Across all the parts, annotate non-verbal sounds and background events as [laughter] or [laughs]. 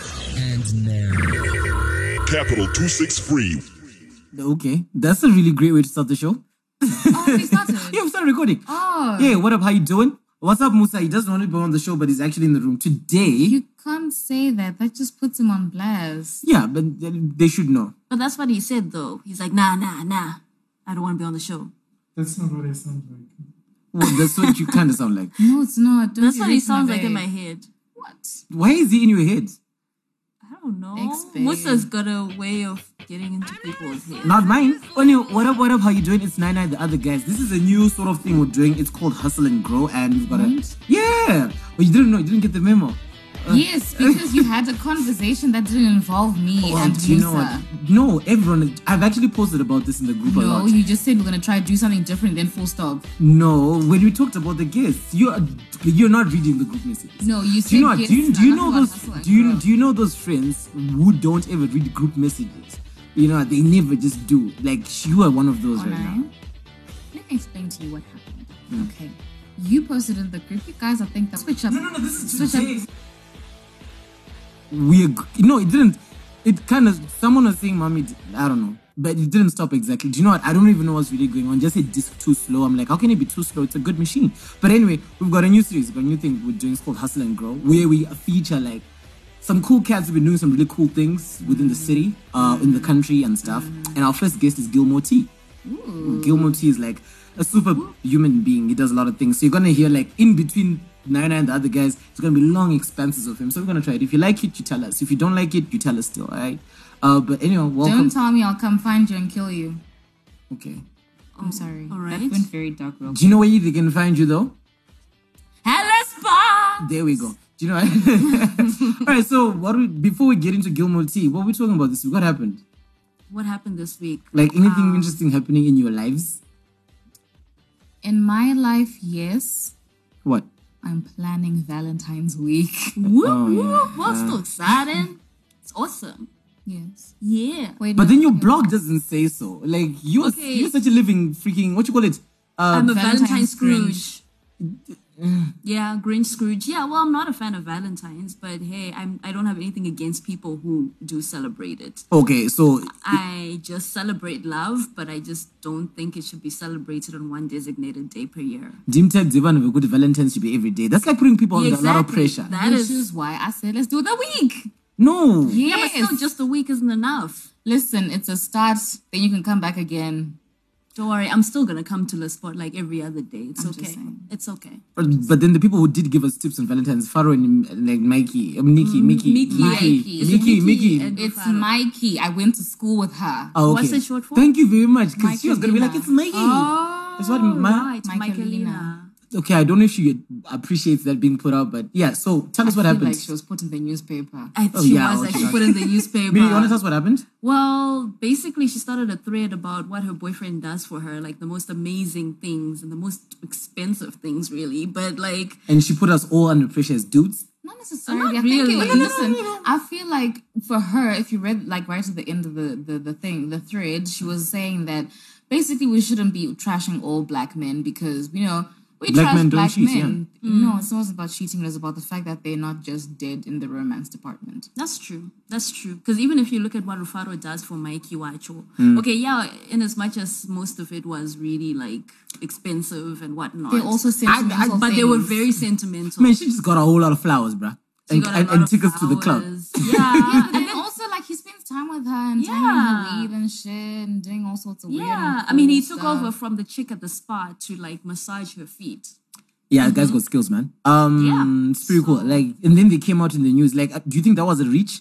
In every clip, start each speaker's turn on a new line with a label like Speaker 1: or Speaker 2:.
Speaker 1: Right now.
Speaker 2: Capital 263.
Speaker 3: Okay, that's a really great way to start the show.
Speaker 4: Oh, we started.
Speaker 3: yeah, we started recording.
Speaker 4: Oh,
Speaker 3: Yeah, what up? How you doing? What's up, Musa? He doesn't want to be on the show, but he's actually in the room today.
Speaker 4: you can't say that. That just puts him on blast.
Speaker 3: Yeah, but they- they should know.
Speaker 5: But that's what he said, though. He's like, nah, nah, nah. I don't want to be on the show.
Speaker 6: That's not what I sound like.
Speaker 3: Well, that's what you kind of sound like.
Speaker 4: No, it's not. Don't
Speaker 5: That's what he
Speaker 4: erase
Speaker 5: sounds like in my
Speaker 4: bag.
Speaker 5: head.
Speaker 4: What?
Speaker 3: Why is he in your head?
Speaker 5: I don't know.
Speaker 4: Thanks, babe.
Speaker 5: Musa's got a way of getting into people's heads.
Speaker 3: Not mine. Only what up? What up? How you doing? It's Nine Nine the other guys. This is a new sort of thing we're doing. It's called Hustle and Grow, and we've got a yeah. Well, you didn't know. You didn't get the memo.
Speaker 4: Yes, because you had a conversation that didn't involve me
Speaker 3: Well,
Speaker 4: and
Speaker 3: do you know
Speaker 4: Musa.
Speaker 3: what? No, everyone. I've actually posted about this in the group a
Speaker 4: No,
Speaker 3: lot.
Speaker 4: you just said we're gonna try to do something different. Then full stop.
Speaker 3: No, when we talked about the guests, you are, you're not reading the group messages.
Speaker 4: No, you said
Speaker 3: Do you know? what?
Speaker 4: yes,
Speaker 3: Do you,
Speaker 4: now
Speaker 3: do you
Speaker 4: nothing
Speaker 3: know
Speaker 4: about
Speaker 3: those?
Speaker 4: hustle and
Speaker 3: Do you
Speaker 4: grow.
Speaker 3: do you know those friends who don't ever read group messages? You know, they never just do. Like you are one of those right now.
Speaker 4: Alright. Let me explain to you what happened.
Speaker 3: Hmm.
Speaker 4: Okay. You posted in the group. You guys, I think that switch up. switch up.
Speaker 3: We ag- no, it didn't. It kind of someone was saying, "Mommy," d- I don't know, but it didn't stop exactly. Do you know what? I don't even know what's really going on. Just said disc too slow. I'm like, how can it be too slow? It's a good machine. But anyway, we've got a new series, we've got a new thing we're doing. It's called Hustle and Grow, where we feature like some cool cats who've been doing some really cool things within the city, uh, in the country and stuff. And our first guest is Gilmore T. Gilmore T is like a super human being. He does a lot of things. So you're gonna hear like in between Nine and the other guys, it's gonna be long expanses of him. So we're gonna try it. If you like it, you tell us. If you don't like it, you tell us still, alright? Uh, but anyway, welcome.
Speaker 4: Don't tell me I'll come find you and kill you.
Speaker 3: okay. Oh,
Speaker 4: I'm sorry.
Speaker 5: all right.
Speaker 4: That went very dark real
Speaker 3: Do you know where they can find you though?
Speaker 5: Hello, spa!
Speaker 3: There we go. Do you know? All right. So what? We, before we get into Gilmore T, what are we talking about this week? What happened?
Speaker 5: What happened this week?
Speaker 3: Like anything interesting happening in your lives?
Speaker 4: In my life, yes,
Speaker 3: What?
Speaker 4: I'm planning Valentine's week. [laughs]
Speaker 5: Whoop,
Speaker 3: Oh, yeah.
Speaker 5: whoop. Well, so exciting. It's awesome.
Speaker 4: yes.
Speaker 5: Yeah.
Speaker 4: Wait,
Speaker 3: But
Speaker 4: no,
Speaker 3: then your
Speaker 4: okay.
Speaker 3: blog doesn't say so. Like you're
Speaker 5: Okay.
Speaker 3: you're such a living freaking what you call it?
Speaker 5: I'm
Speaker 3: Um,
Speaker 5: a
Speaker 4: Valentine's
Speaker 5: Valentine,
Speaker 4: Grinch.
Speaker 5: Scrooge. Yeah, Grinch Scrooge. Yeah, well, I'm not a fan of Valentine's, but hey, I'm I don't have anything against people who do celebrate it.
Speaker 3: okay, so
Speaker 5: I just celebrate love, but I just don't think it should be celebrated on one designated day per year.
Speaker 3: Dimtag Divan of a good Valentine's should be every day. That's like putting people under a lot of pressure.
Speaker 5: That
Speaker 4: Which
Speaker 5: is.
Speaker 4: is why I said let's do the week.
Speaker 3: no.
Speaker 5: Yeah, but still, just a week isn't enough.
Speaker 4: Listen, it's a start. Then you can come back again.
Speaker 5: Don't worry, I'm still gonna come to the spot like every other day. It's
Speaker 4: I'm just
Speaker 5: okay.
Speaker 4: saying.
Speaker 5: It's okay.
Speaker 3: But, but then the people who did give us tips on Valentine's, Faro and um, like Mikey, um, Nikki, Mickey,
Speaker 5: Mm,
Speaker 3: Mickey,
Speaker 5: Mickey.
Speaker 4: Mikey.
Speaker 5: Is it
Speaker 3: Mickey, Mickey.
Speaker 5: Mickey and-
Speaker 4: It's
Speaker 5: Faro.
Speaker 4: Mikey. I went to school with her.
Speaker 3: Oh,
Speaker 5: What's
Speaker 3: okay.
Speaker 5: it short for?
Speaker 3: Thank you very much. Because she
Speaker 4: Michaelina.
Speaker 3: was gonna be like, it's Mikey.
Speaker 5: Oh,
Speaker 3: It's what my
Speaker 5: right,
Speaker 4: Michaelina.
Speaker 5: Michaelina.
Speaker 3: okay. I don't know if she appreciates that being put out, but yeah. So tell us what
Speaker 4: I feel
Speaker 3: happened.
Speaker 4: Like she was put in the newspaper.
Speaker 5: I,
Speaker 3: Oh,
Speaker 5: she
Speaker 3: yeah, okay.
Speaker 5: was actually put in
Speaker 3: [laughs]
Speaker 5: the newspaper.
Speaker 3: Mimi, you want to tell us what happened?
Speaker 5: Well, basically, she started a thread about what her boyfriend does for her, like the most amazing things and the most expensive things, really. But like,
Speaker 3: And she put us all under pressure as dudes.
Speaker 4: Not necessarily.
Speaker 5: Not
Speaker 4: I think
Speaker 5: really.
Speaker 4: it
Speaker 5: No,
Speaker 4: was,
Speaker 5: no, no,
Speaker 4: listen, I feel like for her, if you read like right to the end of the, the the thing, the thread, she was saying that basically we shouldn't be trashing all black men because you know we
Speaker 3: Black
Speaker 4: trash
Speaker 3: men don't
Speaker 4: black
Speaker 3: cheat,
Speaker 4: men.
Speaker 5: Mm.
Speaker 4: No, it's not about cheating. It's about the fact that they're not just dead in the romance department.
Speaker 5: That's true. That's true. Because even if you look at what Rufaro does for Mikey Wacho,
Speaker 3: Hmm.
Speaker 5: okay, yeah, in as much as most of it was really like expensive and whatnot,
Speaker 4: They also
Speaker 5: I-
Speaker 4: sentimental
Speaker 5: but they were
Speaker 4: things.
Speaker 5: very sentimental.
Speaker 3: Man, she just got a whole lot of flowers, bruh.
Speaker 5: She
Speaker 3: And,
Speaker 5: got a
Speaker 3: and,
Speaker 5: lot
Speaker 3: and
Speaker 5: of
Speaker 3: took us to the club.
Speaker 5: flowers. Yeah,
Speaker 3: [laughs]
Speaker 4: But then also like he spends time with her and yeah.
Speaker 5: Yeah.
Speaker 4: her weed and shit and doing all sorts of weird.
Speaker 5: yeah.
Speaker 4: and
Speaker 5: I mean,
Speaker 4: cool
Speaker 5: he took
Speaker 4: stuff.
Speaker 5: over from the chick at the spa to like massage her feet.
Speaker 3: Yeah, guys got skills, man. Um,
Speaker 5: Yeah.
Speaker 3: It's pretty cool. Like, and then they came out in the news. Like, uh, do you think that was a reach?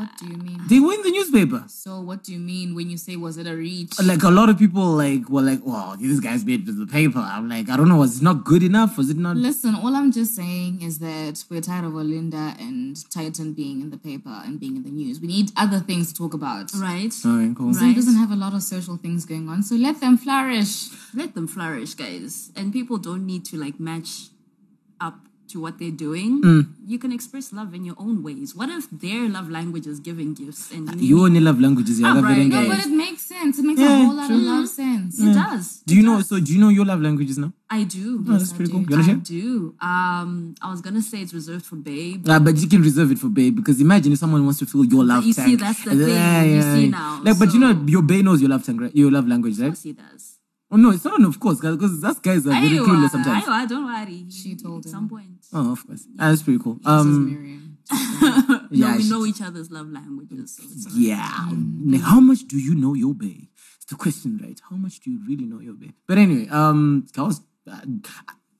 Speaker 4: What do you mean?
Speaker 3: They were in the newspaper.
Speaker 4: So what do you mean when you say was it a reach?
Speaker 3: Like, a lot of people, like, were like, wow, this guy's made it to the paper. I'm like, I don't know. Was it not good enough? Was it not? [laughs]
Speaker 4: Listen, all I'm just saying is that we're tired of Olinda and Titan being in the paper and being in the news. We need other things to talk about.
Speaker 5: Right?
Speaker 3: All right, cool.
Speaker 4: Zim
Speaker 5: Right.
Speaker 4: doesn't have a lot of social things going on, so let them flourish.
Speaker 5: Let them flourish, guys. And people don't need to like match up to what they're doing,
Speaker 3: Hmm.
Speaker 5: you can express love in your own ways. What if their love language is giving gifts and you,
Speaker 3: You only love languages.
Speaker 5: [laughs]
Speaker 3: Your
Speaker 5: Ah,
Speaker 3: love
Speaker 5: right.
Speaker 3: didn't
Speaker 5: No,
Speaker 4: No,
Speaker 3: get
Speaker 4: but
Speaker 3: it.
Speaker 4: it makes sense. It makes
Speaker 3: Yeah,
Speaker 4: a whole lot of
Speaker 3: true.
Speaker 4: love sense.
Speaker 5: it does?
Speaker 3: Mm. Do you know? So do you know your love languages now?
Speaker 5: I do.
Speaker 3: Oh, that's
Speaker 5: I
Speaker 3: pretty
Speaker 5: do.
Speaker 3: cool. You wanna
Speaker 5: I
Speaker 3: share?
Speaker 5: do. Um, I was gonna say it's reserved for babe.
Speaker 3: Uh, but you can reserve it for babe because imagine if someone wants to feel your love
Speaker 5: you see,
Speaker 3: tank.
Speaker 5: that's the
Speaker 3: And then-
Speaker 5: thing.
Speaker 3: yeah,
Speaker 5: You
Speaker 3: yeah,
Speaker 5: see
Speaker 3: yeah.
Speaker 5: now,
Speaker 3: Like, but you know,
Speaker 5: so-
Speaker 3: your babe knows your love tank, right? Your love language,
Speaker 5: Of
Speaker 3: right?
Speaker 5: course he does.
Speaker 3: Oh no, it's not. Of course, because that's guys are very
Speaker 5: Aiwa,
Speaker 3: clueless sometimes.
Speaker 5: aiwa, don't worry.
Speaker 4: She told
Speaker 5: At
Speaker 4: him.
Speaker 5: some point.
Speaker 3: Oh, of course, Ah, that's pretty cool.
Speaker 4: This is
Speaker 3: Um,
Speaker 4: Miriam.
Speaker 3: yeah,
Speaker 5: no, we
Speaker 3: she-
Speaker 5: know each other's love languages. So it's
Speaker 3: yeah. Like, how much do you know your babe? It's the question, right? How much do you really know your babe? But anyway, um, cows. Uh,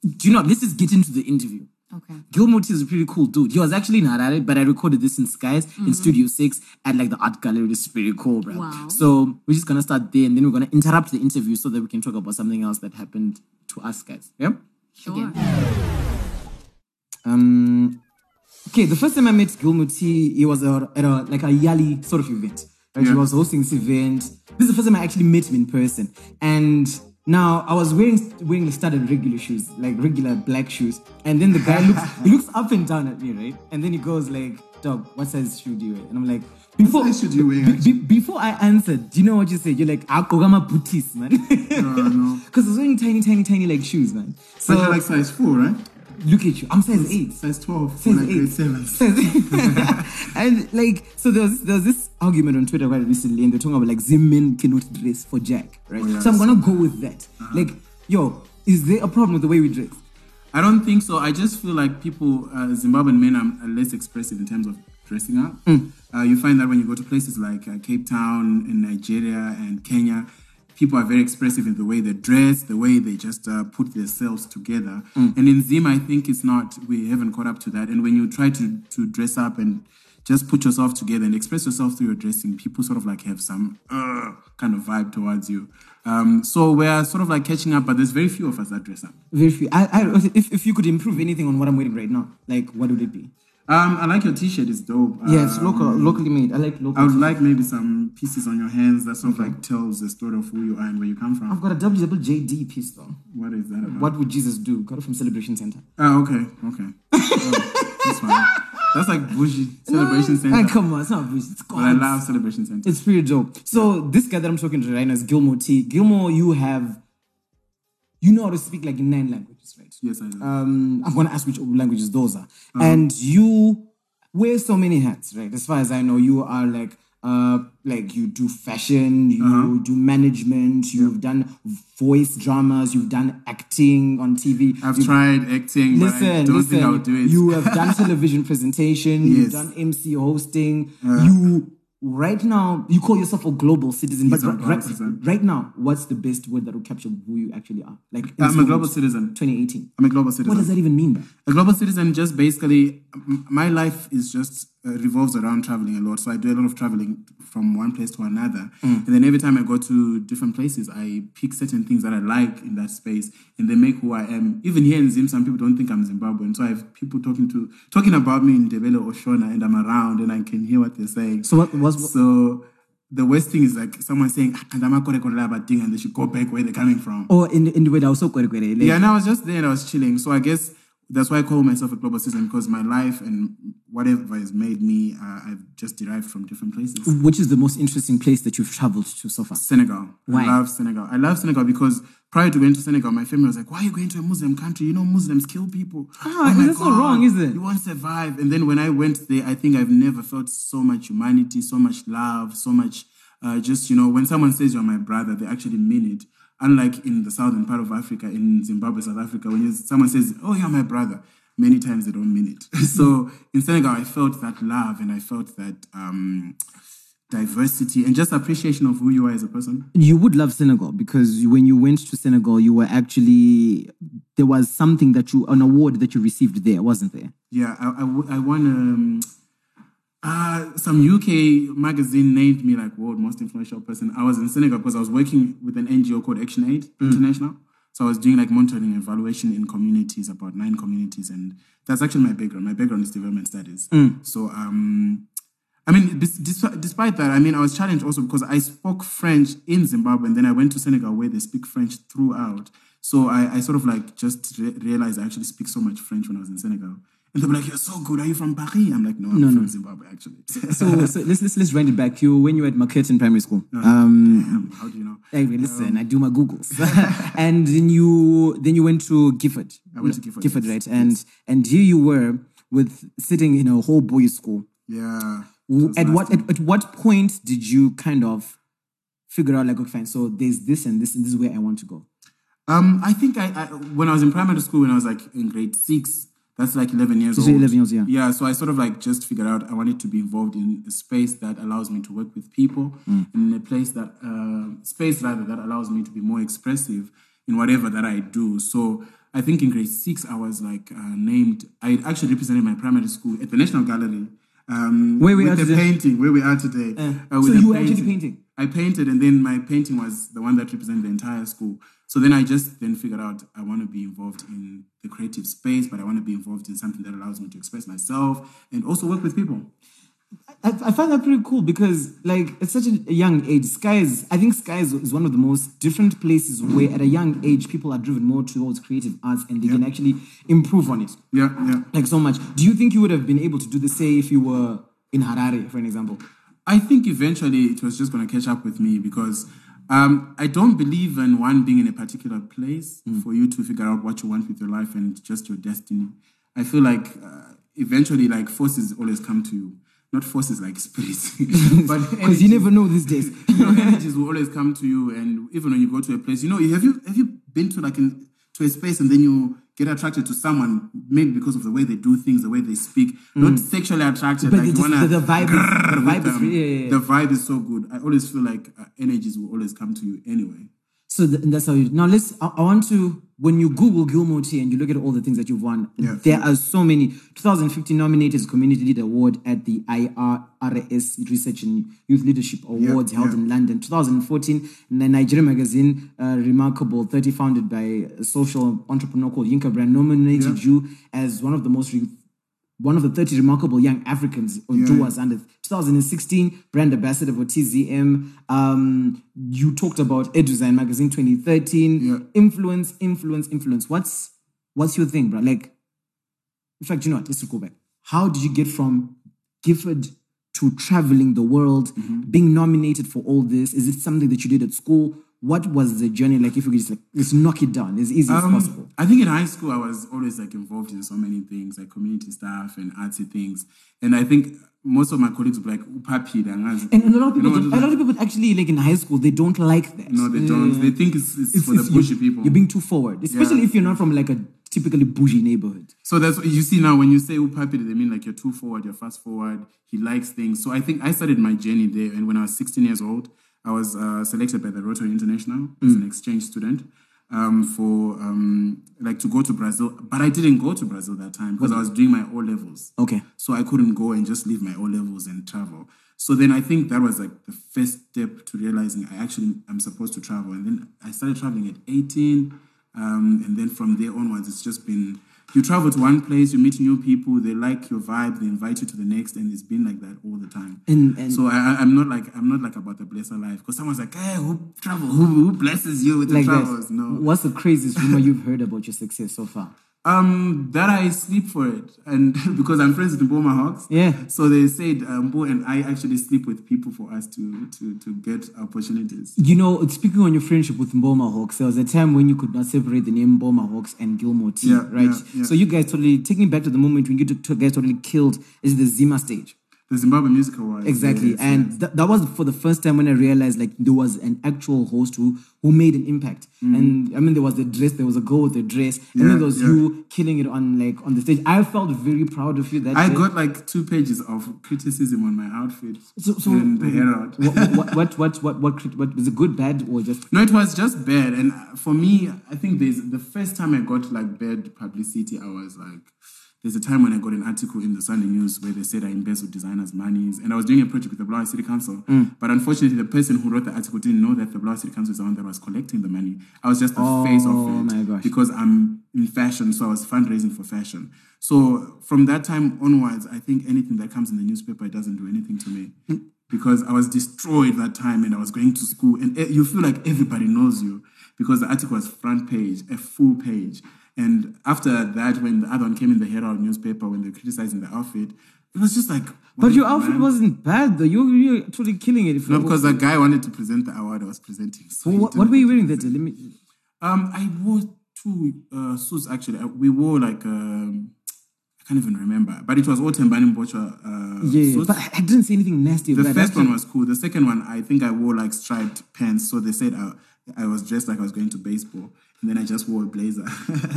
Speaker 3: do you know? Let's just get into the interview.
Speaker 4: Okay.
Speaker 3: Gilmoti is a pretty cool dude. He was actually in Harare, but I recorded this in Skies in Studio 6 at like the art gallery. It's pretty cool, bro.
Speaker 5: Wow.
Speaker 3: So we're just gonna start there and then we're gonna interrupt the interview so that we can talk about something else that happened to us guys. Yeah?
Speaker 5: sure.
Speaker 3: Um Okay, the first time I met Gilmoti, he was at a, at a like a Yali sort of event. Right? He was hosting this event. This is the first time I actually met him in person. And now I was wearing wearing the studded regular shoes, like regular black shoes. And then
Speaker 6: [laughs]
Speaker 3: the guy looks he looks up and down at me, right? And then he goes like, "Dog, what size shoe do you wear?" And I'm like, "Before
Speaker 6: size shoe do you wear,
Speaker 3: be- be- before I answered, do you know what you said? You're like, "Ah, kogama booties, man." [laughs] Because I was wearing tiny, tiny, tiny like shoes, man. So
Speaker 6: But you're like size 4, right?
Speaker 3: look at you. I'm size eight
Speaker 6: Size
Speaker 3: [laughs]
Speaker 6: 12 for
Speaker 3: says
Speaker 6: like
Speaker 3: eight.
Speaker 6: grade 7.
Speaker 3: Says- and like so there was, there was this argument on Twitter quite recently and they're talking about like Zimmin cannot dress for Jack,
Speaker 1: Oh,
Speaker 3: right? So I'm gonna go with that.
Speaker 1: Uh-huh.
Speaker 3: Like, yo, is there a problem with the way we dress?
Speaker 1: I don't think so. I just feel like people, uh, Zimbabwean men, are, are less expressive in terms of dressing up. Uh, you find that when you go to places like uh, Cape Town and Nigeria and Kenya, people are very expressive in the way they dress, the way they just uh, put themselves together. And in Zim, I think it's not, we haven't caught up to that. And when you try to, to dress up and just put yourself together and express yourself through your dressing, people sort of like have some uh, kind of vibe towards you. Um, so we're sort of like catching up, but there's very few of us that dress up.
Speaker 3: Very few. I, I if, if you could improve anything on what I'm wearing right now, like what would it be?
Speaker 1: Um, I like your T-shirt. It's dope.
Speaker 3: yeah, it's
Speaker 1: Um,
Speaker 3: local, locally made. I like
Speaker 1: I
Speaker 3: local.
Speaker 1: would like maybe some pieces on your hands that sort of like tells the story of who you are and where you come from.
Speaker 3: I've got a WWJD piece though.
Speaker 1: What is that about?
Speaker 3: What would Jesus do? Got it from Celebration Center.
Speaker 1: Oh, okay, okay. Oh, that's fine. That's like bougie celebration
Speaker 3: Ah,
Speaker 1: center.
Speaker 3: come on, it's not bougie. It's
Speaker 1: But I
Speaker 3: called
Speaker 1: love celebration center.
Speaker 3: It's pretty dope. So this guy that I'm talking to right now is Gilmore T. Gilmore, you have you know how to speak like nine languages, right?
Speaker 1: Yes, I do.
Speaker 3: Um, I'm gonna ask which languages those are. And you wear so many hats, right? As far as I know, you are like uh like you do fashion, you do management, you've done voice dramas, you've done acting on TV.
Speaker 1: I've
Speaker 3: you-
Speaker 1: tried acting, but I
Speaker 3: Listen,
Speaker 1: don't
Speaker 3: listen.
Speaker 1: think I'll do it.
Speaker 3: You
Speaker 1: [laughs]
Speaker 3: have done television presentation. You've
Speaker 1: Yes. Uh.
Speaker 3: done MC hosting. you right now you call yourself a global citizen,
Speaker 1: Yes,
Speaker 3: but
Speaker 1: I'm a
Speaker 3: ri-
Speaker 1: global
Speaker 3: right,
Speaker 1: citizen.
Speaker 3: right now, what's the best word that will capture who you actually are? Like in
Speaker 1: I'm
Speaker 3: this
Speaker 1: a global
Speaker 3: moment,
Speaker 1: citizen.
Speaker 3: 2018.
Speaker 1: I'm a global citizen.
Speaker 3: What does that even mean? Bro?
Speaker 1: A global citizen just basically, m- my life is just uh, revolves around traveling a lot. So I do a lot of traveling from one place to another.
Speaker 3: Mm.
Speaker 1: And then every time I go to different places, I pick certain things that I like in that space and they make who I am. Even here in Zim, some people don't think I'm Zimbabwean. So I have people talking to talking about me in Debele or Shona and I'm around and I can hear what they're saying.
Speaker 3: So what was what,
Speaker 1: So the worst thing is like someone saying, "Ah, Kandama Kore Kore Laba Ding," and they should go back where they're coming from.
Speaker 3: or oh, in in the way that I was so quite like,
Speaker 1: Yeah, and I was just there and I was chilling. So I guess that's why I call myself a global citizen because my life and whatever has made me, uh, I've just derived from different places.
Speaker 3: which is the most interesting place that you've traveled to so far?
Speaker 1: Senegal.
Speaker 3: Why?
Speaker 1: I love Senegal. I love Senegal because prior to going to Senegal, my family was like, "Why are you going to a Muslim country? You know, Muslims kill people.
Speaker 3: Ah,
Speaker 1: Oh my
Speaker 3: that's not wrong, is it?
Speaker 1: You won't survive." And then when I went there, I think I've never felt so much humanity, so much love, so much. Uh, just you know, when someone says you're my brother, they actually mean it. Unlike in the southern part of Africa, in Zimbabwe, South Africa, when you, someone says, "Oh, you're my brother," many times they don't mean it. [laughs] so in Senegal, I felt that love and I felt that um, diversity and just appreciation of who you are as a person.
Speaker 3: You would love Senegal because when you went to Senegal, you were actually there was something that you an award that you received there, wasn't there?
Speaker 1: Yeah, I, I, w- I won um, uh, some UK magazine named me like world most influential person. I was in Senegal because I was working with an NGO called Action Aid International. So I was doing like monitoring and evaluation in communities, about nine communities, and that's actually my background. My background is development studies. So um, I mean, dis- dis- despite that, I mean, I was challenged also because I spoke French in Zimbabwe, and then I went to Senegal where they speak French throughout. So I, I sort of like just re- realized I actually speak so much French when I was in Senegal. And they were like, "You're so good. Are you from Paris?" I'm like, "No, I'm from Zimbabwe, actually."
Speaker 3: Oh,
Speaker 1: Uh,
Speaker 3: So, so let's, let's let's run it back. You when you were at Marquette in primary school. Um,
Speaker 1: Damn, [laughs] how do you know?
Speaker 3: Hey, wait,
Speaker 1: um,
Speaker 3: listen, I do my
Speaker 1: [laughs]
Speaker 3: googles, [laughs] and then you then you went to Gifford.
Speaker 1: I went to Gifford,
Speaker 3: Gifford,
Speaker 1: yes,
Speaker 3: right? And and here you were with sitting in a whole boys' school.
Speaker 1: Yeah.
Speaker 3: At what at, at what point did you kind of figure out like okay, fine, so there's this and this and this is where I want to go.
Speaker 1: Um, I think I, I when I was in primary school, when I was like in grade six, that's like eleven years
Speaker 3: So
Speaker 1: old.
Speaker 3: 11 years, yeah.
Speaker 1: Yeah. So I sort of like just figured out I wanted to be involved in a space that allows me to work with people,
Speaker 3: Mm.
Speaker 1: in a place that uh, space rather that allows me to be more expressive in whatever that I do. So I think in grade six, I was like uh, named. I actually represented my primary school at the National Gallery. Um,
Speaker 3: Where we
Speaker 1: with
Speaker 3: are
Speaker 1: the
Speaker 3: today. Uh.
Speaker 1: painting, where we are today.
Speaker 3: So
Speaker 1: Uh, with the
Speaker 3: you were actually painting?
Speaker 1: I painted, and then my painting was the one that represented the entire school. So then I just then figured out I want to be involved in the creative space, but I want to be involved in something that allows me to express myself and also work with people.
Speaker 3: I, I find that pretty cool because like at such a young age, Sky is I think Sky is, is one of the most different places where at a young age people are driven more towards creative arts and they can actually improve on it.
Speaker 1: Yeah, yeah.
Speaker 3: like so much. Do you think you would have been able to do the say if you were in Harare, for an example?
Speaker 1: I think eventually it was just going to catch up with me because um, I don't believe in one being in a particular place
Speaker 3: Mm.
Speaker 1: for you to figure out what you want with your life and just your destiny. I feel like uh, eventually, like forces always come to you. Not forces like [laughs] spirits, but
Speaker 3: [laughs] Because you
Speaker 1: energies.
Speaker 3: never know these days.
Speaker 1: [laughs] you know, energies will always come to you, and even when you go to a place, you know, have you have you been to like an, to a space and then you get attracted to someone maybe because of the way they do things, the way they speak, not sexually attracted,
Speaker 3: Mm. But
Speaker 1: like
Speaker 3: it
Speaker 1: you
Speaker 3: just-
Speaker 1: wanna
Speaker 3: the- the vibe is-
Speaker 1: grrr
Speaker 3: the vibe
Speaker 1: with
Speaker 3: is
Speaker 1: them.
Speaker 3: really- yeah, yeah,
Speaker 1: the vibe is so good. I always feel like uh, energies will always come to you anyway.
Speaker 3: So th- that's how you. Now let's. I, I want to. When you Google Gilmore T and you look at all the things that you've won,
Speaker 1: Yeah.
Speaker 3: there are so many. 2015 nominated as Community Leader Award at the IRRS Research and Youth Leadership Awards held
Speaker 1: yeah.
Speaker 3: in London. 2014, the Nigerian magazine uh, Remarkable 30, founded by a social entrepreneur called Yinka Brand, nominated you as one of the most re- one of the 30 remarkable young Africans or doers under 2016 brand ambassador for TZM. Um, you talked about EduZine magazine 2013.
Speaker 1: Yeah.
Speaker 3: Influence, influence, influence. What's what's your thing, bro? Like, in fact, you know what? Let's go back. How did you get from Gifford to traveling the world,
Speaker 1: Mm-hmm.
Speaker 3: being nominated for all this? Is it something that you did at school? What was the journey like? If you could just like let's knock it down as easy
Speaker 1: Um,
Speaker 3: as possible.
Speaker 1: I think in high school I was always like involved in so many things, like community stuff and artsy things, and I think most of my colleagues were like, "Upapi,
Speaker 3: And a lot of
Speaker 1: You
Speaker 3: people,
Speaker 1: know,
Speaker 3: don't- a lot of people actually like in high school, they don't like that.
Speaker 1: No, they don't. They think it's, it's, for the
Speaker 3: you-
Speaker 1: bushy people.
Speaker 3: You're being too forward, especially
Speaker 1: Yeah.
Speaker 3: if you're not from like a typically bougie neighborhood.
Speaker 1: so that's what you see now when you say upapi, they mean like you're too forward, you're fast forward. He likes things. So I think I started my journey there, and when I was 16 years old, I was uh, selected by the Rotary International as an exchange student um, for um, like to go to Brazil. But I didn't go to Brazil that time because I was doing my O levels.
Speaker 3: Okay.
Speaker 1: So I couldn't go and just leave my O levels and travel. So then I think that was like the first step to realizing I actually am supposed to travel. And then I started traveling at 18. Um, and then from there onwards, it's just been you travel to one place, you meet new people, they like your vibe, they invite you to the next, and it's been like that all the time.
Speaker 3: And- and-
Speaker 1: so I, I- I'm not like I'm not like about the blesser life because someone's like, hey, who travel? Who, who blesses you with
Speaker 3: Like
Speaker 1: the
Speaker 3: that.
Speaker 1: travels? No,
Speaker 3: What's the craziest rumor you've heard about your success so far?
Speaker 1: um, that I sleep for it, and [laughs] because I'm friends with the Boma Hawks,
Speaker 3: Yeah.
Speaker 1: So they said um, Bo and I actually sleep with people for us to to to get opportunities.
Speaker 3: You know, speaking on your friendship with Mboma Hawks, there was a time when you could not separate the name Mboma Hawks and Gilmore T,
Speaker 1: Yeah,
Speaker 3: right?
Speaker 1: yeah, yeah.
Speaker 3: So you guys totally taking me back to the moment when you two two guys totally killed is the Zima stage.
Speaker 1: The Zimbabwe Music Awards,
Speaker 3: Exactly.
Speaker 1: yes,
Speaker 3: and Th- that was for the first time when I realized like there was an actual host who who made an impact.
Speaker 7: Mm.
Speaker 3: And I mean there was the dress, there was a girl with the dress, and
Speaker 1: Yeah,
Speaker 3: then there was
Speaker 1: yeah.
Speaker 3: you killing it on like on the stage. I felt very proud of you that
Speaker 1: I
Speaker 3: day.
Speaker 1: got like two pages of criticism on my outfit
Speaker 3: so, so
Speaker 1: in the Herald.
Speaker 3: [laughs] what, what, what what what what crit- what was it good, bad, or just
Speaker 1: No, it was just bad. And uh, for me, I think there's the first time I got like bad publicity, I was like, there's a time when I got an article in the Sunday News where they said I embezzled designers' monies. And I was doing a project with the Blower City Council.
Speaker 3: Mm.
Speaker 1: But unfortunately, the person who wrote the article didn't know that the Blower City Council is the one that was collecting the money. I was just the face of it.
Speaker 3: Oh, my gosh.
Speaker 1: Because I'm in fashion, so I was fundraising for fashion. So from that time onwards, I think anything that comes in the newspaper it doesn't do anything to me eh, because I was destroyed that time and I was going to school and e- you feel like everybody knows you because the article was front page, a full page. And after that, when the other one came in the Herald newspaper, when they were criticizing the outfit, it was just like.
Speaker 7: But your
Speaker 1: wow,
Speaker 7: outfit
Speaker 1: man.
Speaker 7: wasn't bad though. You you were totally killing it. If
Speaker 1: No,
Speaker 7: you-
Speaker 1: because the guy wanted to present the award I was presenting. So he
Speaker 7: what,
Speaker 1: didn't
Speaker 7: what were you
Speaker 1: want
Speaker 7: wearing
Speaker 1: to
Speaker 7: there?
Speaker 1: present.
Speaker 7: Let me.
Speaker 1: Um, I wore two uh, suits actually. Uh, We wore like um, I can't even remember, but it was all Tembani Mbocha uh,
Speaker 7: Yeah,
Speaker 1: suits.
Speaker 7: but I didn't see anything nasty.
Speaker 1: the
Speaker 7: about
Speaker 1: first
Speaker 7: that.
Speaker 1: one was cool. The second one, I think I wore like striped pants, so they said I, I was dressed like I was going to baseball, and then I just wore a blazer. [laughs]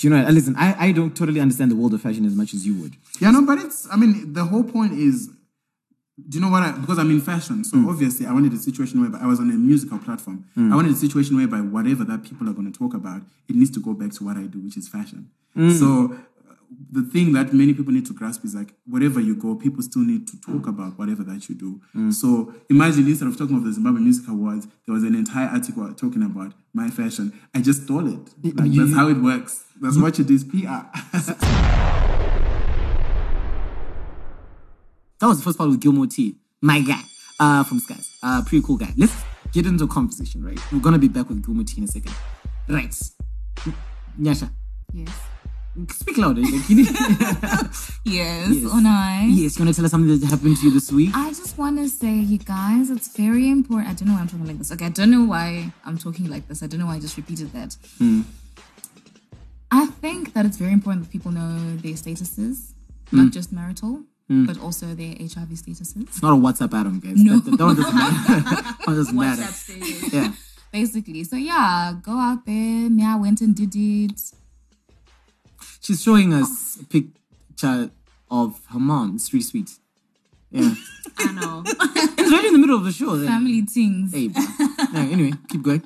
Speaker 7: You know, listen, I, I don't totally understand the world of fashion as much as you would.
Speaker 1: yeah, no, but it's. I mean, the whole point is. Do you know what? I, because I'm in fashion, so obviously I wanted a situation whereby I was on a musical platform. I wanted a situation whereby whatever that people are going to talk about, it needs to go back to what I do, which is fashion. So uh, the thing that many people need to grasp is like wherever you go, people still need to talk about whatever that you do. So imagine instead of talking of the Zimbabwe Music Awards, there was an entire article talking about my fashion. I just stole it. Like, that's how it works. That's what you do is PR.
Speaker 3: That was the first part with Gilmore T, my guy, uh, from Skies. Uh, pretty cool guy. Let's get into a conversation, right? We're gonna be back with Gilmore T in a second. Right. Nyasha,
Speaker 4: Yes.
Speaker 3: speak louder. Like, you need- [laughs]
Speaker 4: Yes. Oh, nice.
Speaker 3: yes, you wanna tell us something that happened to you this week?
Speaker 4: I just want to say, you guys, it's very important. I don't know why I'm talking like this. Okay, I don't know why I'm talking like this. I don't know why I just repeated that. I think that it's very important that people know their statuses, not just marital, but also their HIV statuses.
Speaker 3: It's not a WhatsApp Adam, guys.
Speaker 4: No.
Speaker 3: That, that, that one doesn't matter. [laughs] that one doesn't matter. Yeah.
Speaker 4: Basically, so yeah, go out there. Me, I went and did it.
Speaker 3: She's showing us a picture of her mom. It's really sweet. Yeah. [laughs]
Speaker 5: I know.
Speaker 3: it's right in the middle of the show. Then.
Speaker 4: Family things.
Speaker 3: Hey, bro. Yeah, anyway, keep going.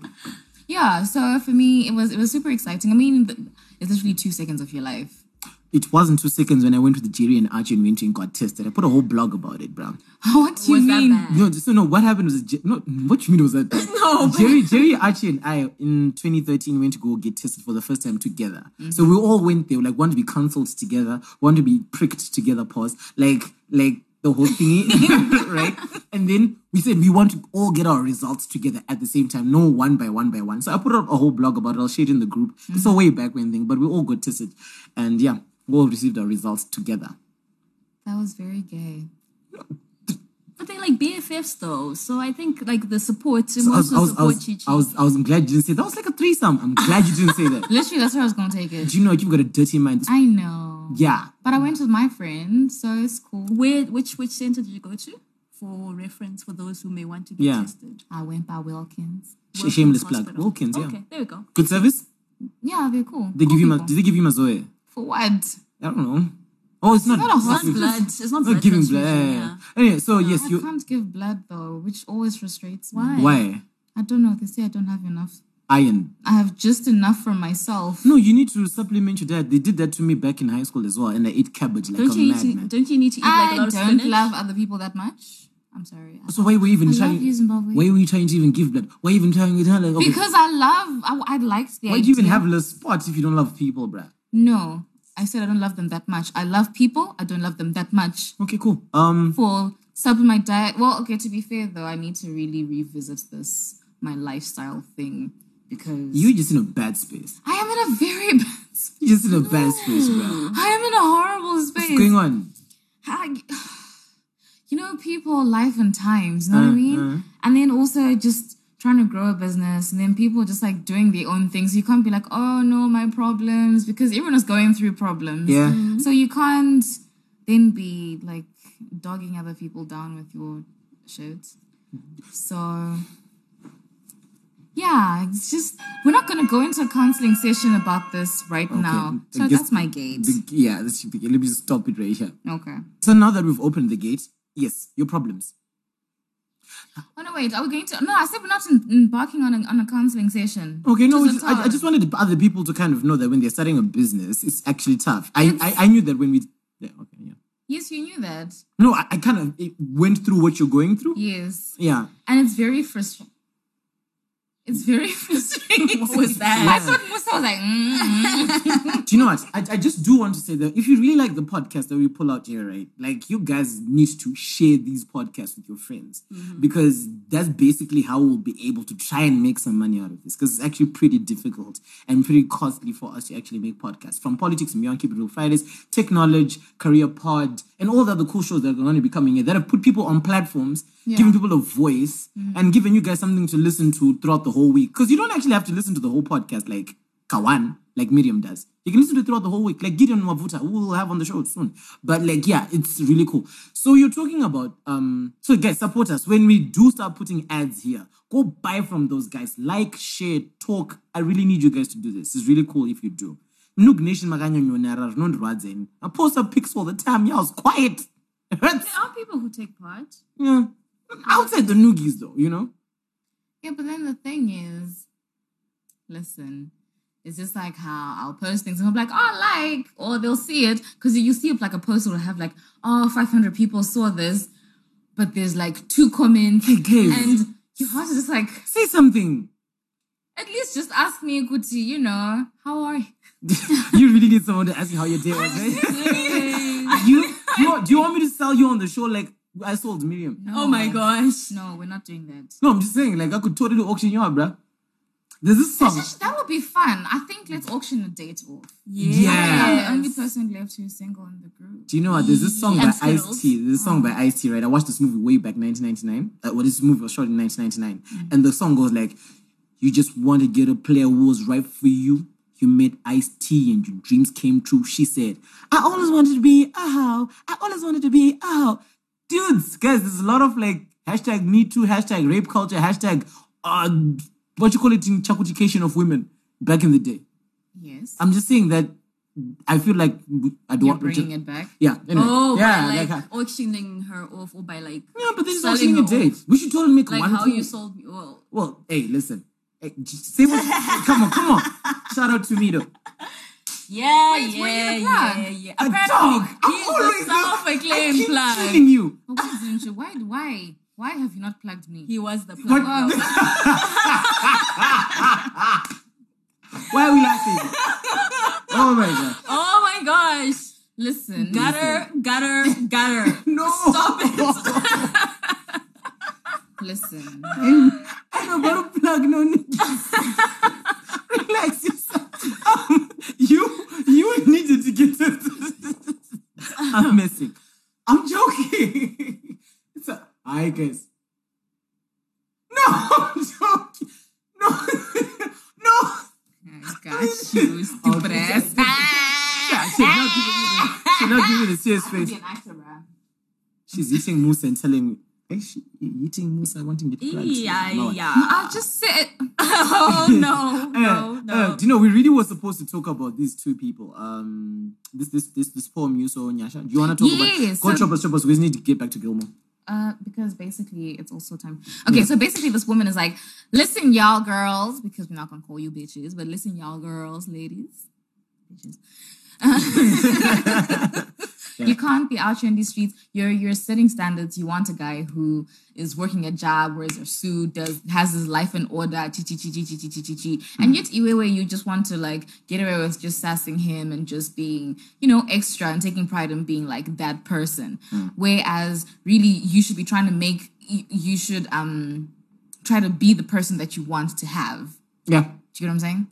Speaker 4: Yeah. So for me, it was it was super exciting. I mean, th- it's literally two seconds of your life. [laughs]
Speaker 3: It wasn't two seconds when I went with Jerry and Archie and we went and got tested. I put a whole blog about it, bro.
Speaker 4: what do you
Speaker 5: Was that
Speaker 4: mean?
Speaker 5: bad?
Speaker 3: No, just no. What happened was Je- no. What you mean was that? bad?
Speaker 5: Mm. No.
Speaker 3: Jerry, Jerry, Archie, and I in 2013 went to go get tested for the first time together. So we all went there, like want to be counseled together, want to be pricked together, pause, like like the whole thingy, [laughs] right? And then we said we want to all get our results together at the same time, no one by one by one. So I put up a whole blog about it. I'll share it in the group. It's a way back when thing, but we all got tested, and yeah, we all received our results together.
Speaker 4: That was very gay.
Speaker 5: But they're like BFFs though, so I think like the support,
Speaker 3: So I was, I
Speaker 5: emotional
Speaker 3: was, I
Speaker 5: support,
Speaker 3: was,
Speaker 5: Chichi.
Speaker 3: I was, I was glad you didn't say that. was like a threesome. I'm glad you didn't say that.
Speaker 4: [laughs] Literally, that's where I was gonna take it.
Speaker 3: Do you know you've got a dirty mind?
Speaker 4: I know.
Speaker 3: Yeah.
Speaker 4: But I went with my friend, so it's cool.
Speaker 5: Where, which which center did you go to? For reference, for those who may want to get
Speaker 3: Yeah.
Speaker 5: tested.
Speaker 4: I went by Wilkins.
Speaker 3: Sh-
Speaker 5: Wilkins
Speaker 3: shameless plug.
Speaker 5: Hospital.
Speaker 3: Wilkins, yeah.
Speaker 5: Okay, there we go.
Speaker 3: Good service?
Speaker 4: Yeah, they're cool.
Speaker 3: They
Speaker 4: cool
Speaker 3: give him a
Speaker 4: people.
Speaker 3: did they give him a Zoe?
Speaker 4: for what?
Speaker 3: I don't know. Oh, it's not,
Speaker 4: not a
Speaker 5: It's
Speaker 4: hospital.
Speaker 5: not blood. It's
Speaker 3: [laughs]
Speaker 5: not
Speaker 3: It's not
Speaker 5: blood.
Speaker 3: giving blood.
Speaker 5: transfusion,
Speaker 3: Anyway, so yes,
Speaker 4: I
Speaker 3: you
Speaker 4: can't give blood though, which always frustrates me.
Speaker 5: Why?
Speaker 3: why?
Speaker 4: I don't know. They say I don't have enough.
Speaker 3: Iron.
Speaker 4: I have just enough for myself.
Speaker 3: No, you need to supplement your diet. They did that to me back in high school as well, and I ate cabbage like
Speaker 5: Don't
Speaker 3: a
Speaker 5: you need to,
Speaker 3: madman.
Speaker 5: don't you need to eat like
Speaker 4: I
Speaker 5: a lot
Speaker 4: don't
Speaker 5: of spinach?
Speaker 4: love other people that much. I'm sorry. I-
Speaker 3: So why were you even
Speaker 4: I
Speaker 3: trying
Speaker 4: love you, Zimbabwe.
Speaker 3: why were you trying to even give blood? Why even trying to tell like, okay,
Speaker 4: Because I love, I, I liked the
Speaker 3: why do
Speaker 4: idea.
Speaker 3: you even have less spots if you don't love people, bruh?
Speaker 4: No, I said I don't love them that much. I love people. I don't love them that much.
Speaker 3: Okay, cool. Um
Speaker 4: for supplement my diet. Well, okay, to be fair though, I need to really revisit this my lifestyle thing because
Speaker 3: you just in a bad space.
Speaker 4: I am in a very [laughs] bad space.
Speaker 3: You just in a bad space, bruh.
Speaker 4: I am in a horrible space.
Speaker 3: What's going on?
Speaker 4: I- [sighs] you know, people, life and times, you know what
Speaker 3: Uh,
Speaker 4: I mean?
Speaker 3: uh.
Speaker 4: And then also just trying to grow a business and then people just like doing their own things. You can't be like, oh no, my problems, because everyone is going through problems.
Speaker 3: Yeah.
Speaker 4: So you can't then be like dogging other people down with your shit. So yeah, it's just we're not gonna go into a counseling session about this right now.
Speaker 3: I
Speaker 4: So
Speaker 3: guess-
Speaker 4: that's my gate.
Speaker 3: The- yeah, this should be let me just stop it right here.
Speaker 4: Okay.
Speaker 3: So now that we've opened the gate, yes, your problems.
Speaker 4: Oh no, wait. Are we going to? No, I said we're not en- embarking on a, on a counseling session.
Speaker 3: Okay, no,
Speaker 4: Which
Speaker 3: it's,
Speaker 4: is
Speaker 3: I, I
Speaker 4: tough.
Speaker 3: just wanted other people to kind of know that when they're starting a business, it's actually tough. I, I, I knew that when we, yeah, okay, yeah.
Speaker 4: Yes, you knew that.
Speaker 3: No, I, I kind of it went through what you're going through.
Speaker 4: Yes,
Speaker 3: Yeah,
Speaker 4: and it's very frustrating. It's very [laughs] frustrating.
Speaker 5: What was that?
Speaker 4: I thought Musa was like, mm, mm.
Speaker 3: Do you know what? I, I just do want to say that if you really like the podcast that we pull out here, right? Like, you guys need to share these podcasts with your friends because that's basically how we'll be able to try and make some money out of this because it's actually pretty difficult and pretty costly for us to actually make podcasts from Politics and Beyond, Keep It Real Fridays, Technology, Career Pod, and all the other cool shows that are going to be coming in that have put people on platforms, giving people a voice, and giving you guys something to listen to throughout the whole week because you don't actually have to listen to the whole podcast like. Kawan, like Miriam does. You can listen to it throughout the whole week, like Gideon Wavuta, who we'll have on the show soon. But like, yeah, it's really cool. So you're talking about um so guys, support us. When we do start putting ads here, go buy from those guys. Like, share, talk. I really need you guys to do this. It's really cool if you do. Nuk Nation Maganya Nyonara, Rinondradzeni. I post up pics all the time. Yeah, I was quiet. [laughs] It hurts.
Speaker 5: There are people who take part.
Speaker 3: Yeah. Outside the noogies though, you know?
Speaker 4: Yeah, but then the thing is, listen, it's just like how I'll post things and I'm like, oh, like, or they'll see it because you see it like a post will have like, oh, 500 people saw this, but there's like two comments
Speaker 3: Again.
Speaker 4: and your heart is just like,
Speaker 3: Say something.
Speaker 4: at least just ask me, Kuti, you know, how are you?
Speaker 3: [laughs] you really need someone to ask you how your day was, right? you, you, do you want me to sell you on the show like I sold Miriam?
Speaker 4: No,
Speaker 5: Oh my gosh.
Speaker 4: No, we're not doing that.
Speaker 3: No, I'm just saying, like, I could totally auction you out, bruh. There's this song.
Speaker 4: Actually, that would be fun. I think let's auction a date off. I'm
Speaker 3: Yeah.
Speaker 4: the only person left who's single in the group.
Speaker 3: Do you know what? There's this song by
Speaker 5: And
Speaker 3: Ice
Speaker 5: Skittles.
Speaker 3: T. There's this song by Ice T, right? I watched this movie way back 1999. Uh, well, this movie was shot in 1999. And the song goes like, You just want to get a player who was right for you. You met Ice T and your dreams came true. She said, I always wanted to be a how. I always wanted to be a how. Dudes, guys, there's a lot of like hashtag me too, hashtag rape culture, hashtag uh, what you call it in chakutication of women back in the day.
Speaker 4: Yes.
Speaker 3: I'm just saying that I feel like we- I don't
Speaker 4: You're
Speaker 3: want
Speaker 4: bringing it back.
Speaker 3: yeah. Anyway.
Speaker 5: Oh,
Speaker 3: yeah.
Speaker 5: by like,
Speaker 3: like,
Speaker 5: auctioning her off or by like
Speaker 3: yeah, but this is
Speaker 5: selling
Speaker 3: actually a
Speaker 5: her
Speaker 3: date.
Speaker 5: off.
Speaker 3: We should totally make
Speaker 5: Like
Speaker 3: one.
Speaker 5: how
Speaker 3: cool-
Speaker 5: you sold me. Well,
Speaker 3: Well, hey, listen. Hey, j- say what? come on,
Speaker 5: [laughs]
Speaker 3: come on. Shout out to me though.
Speaker 5: yeah,
Speaker 4: Wait,
Speaker 5: yeah,
Speaker 4: were you the
Speaker 5: yeah,
Speaker 4: plug?
Speaker 5: yeah.
Speaker 3: A
Speaker 5: Apparently,
Speaker 3: dog. I'm
Speaker 5: he's
Speaker 3: always
Speaker 5: the
Speaker 3: [laughs]
Speaker 5: self-acclaimed
Speaker 3: I keep
Speaker 5: plug.
Speaker 3: telling you.
Speaker 4: Why didn't you? Oh, Why? Why? Why have you not plugged me?
Speaker 5: He was the
Speaker 3: What-
Speaker 5: plug.
Speaker 4: Wow.
Speaker 3: Why are we
Speaker 5: [laughs]
Speaker 3: laughing? oh my god.
Speaker 5: [laughs] Oh my gosh.
Speaker 4: Listen,
Speaker 5: Gutter, gutter,
Speaker 3: [laughs]
Speaker 5: gutter.
Speaker 3: No.
Speaker 5: Stop it.
Speaker 4: Listen.
Speaker 3: I don't want to [laughs] plug no niggas. Relax yourself. Um, you you needed to get this. I'm messing. I'm joking. [laughs] It's a, I guess. No, [laughs] I'm joking. No, no.
Speaker 4: I got you, stupid
Speaker 3: Okay.
Speaker 4: ass.
Speaker 3: She's not giving me the, she's not giving me the serious face.
Speaker 4: Why
Speaker 3: She's eating mousse and telling me, "Is she eating mousse? I want to get plugged."
Speaker 5: yeah,
Speaker 3: No.
Speaker 5: yeah.
Speaker 4: just said.
Speaker 5: [laughs] Oh no,
Speaker 3: [laughs] Uh,
Speaker 5: no,
Speaker 3: uh,
Speaker 5: no.
Speaker 3: do you know we really were supposed to talk about these two people? Um, this this this this poem you saw Nyasha. Do you want to talk
Speaker 4: Yes,
Speaker 3: about? Go
Speaker 4: so-
Speaker 3: chop us, chop us. We need to get back to Gilmore.
Speaker 4: Uh, because basically it's also time. Okay, so basically this woman is like, listen, y'all girls, because we're not gonna call you bitches, but listen, y'all girls, ladies, bitches. You can't be out here in these streets. You're you're setting standards. You want a guy who is working a job, wears a suit, does has his life in order, chi chi chi chi chi chi chi chi chi. And yet Iwewe, you just want to like get away with just sassing him and just being, you know, extra and taking pride in being like that person. Whereas really you should be trying to make you, you should um try to be the person that you want to have.
Speaker 3: Yeah.
Speaker 4: Do you get what I'm saying?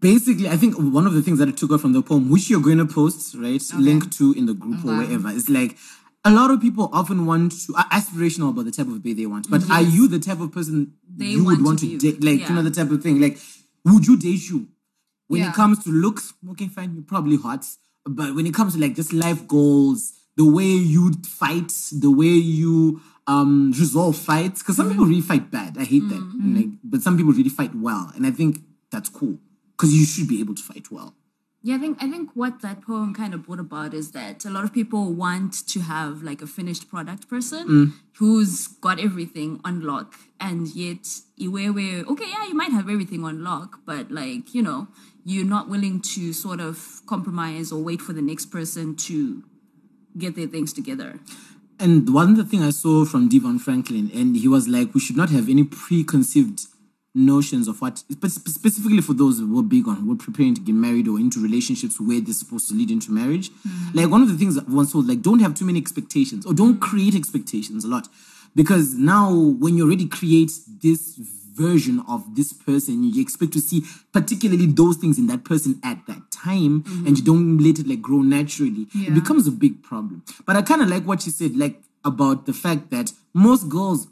Speaker 3: Basically, I think one of the things that I took out from the poem, which you're going to post, right, link to in the group or
Speaker 4: Okay.
Speaker 3: wherever, is like a lot of people often want to are aspirational about the type of babe they want. But are you the type of person
Speaker 5: They
Speaker 3: you would want
Speaker 5: want
Speaker 3: to,
Speaker 5: to be
Speaker 3: date?
Speaker 5: with,
Speaker 3: Like you
Speaker 5: yeah.
Speaker 3: know the type of thing. Like, would you date you? When
Speaker 4: Yeah.
Speaker 3: it comes to looks, okay, fine, you're probably hot. But when it comes to like just life goals, the way you fight, the way you um resolve fights, because some people really fight bad. I hate that. And, Like, but some people really fight well, and I think that's cool because you should be able to fight well.
Speaker 5: Yeah, I think I think what that poem kind of brought about is that a lot of people want to have like a finished product person who's got everything on lock, and yet Iwewe, okay, yeah, you might have everything on lock, but like you know, you're not willing to sort of compromise or wait for the next person to get their things together.
Speaker 3: And one other thing I saw from Devon Franklin, and he was like, we should not have any preconceived notions of what, but specifically for those who are big on, who are preparing to get married or into relationships where they're supposed to lead into marriage. Like one of the things that once told, like don't have too many expectations or don't create expectations a lot, because now when you already create this version of this person, you expect to see particularly those things in that person at that time, and you don't let it like grow naturally. It
Speaker 4: Yeah.
Speaker 3: becomes a big problem. But I kind of like what you said, like about the fact that most girls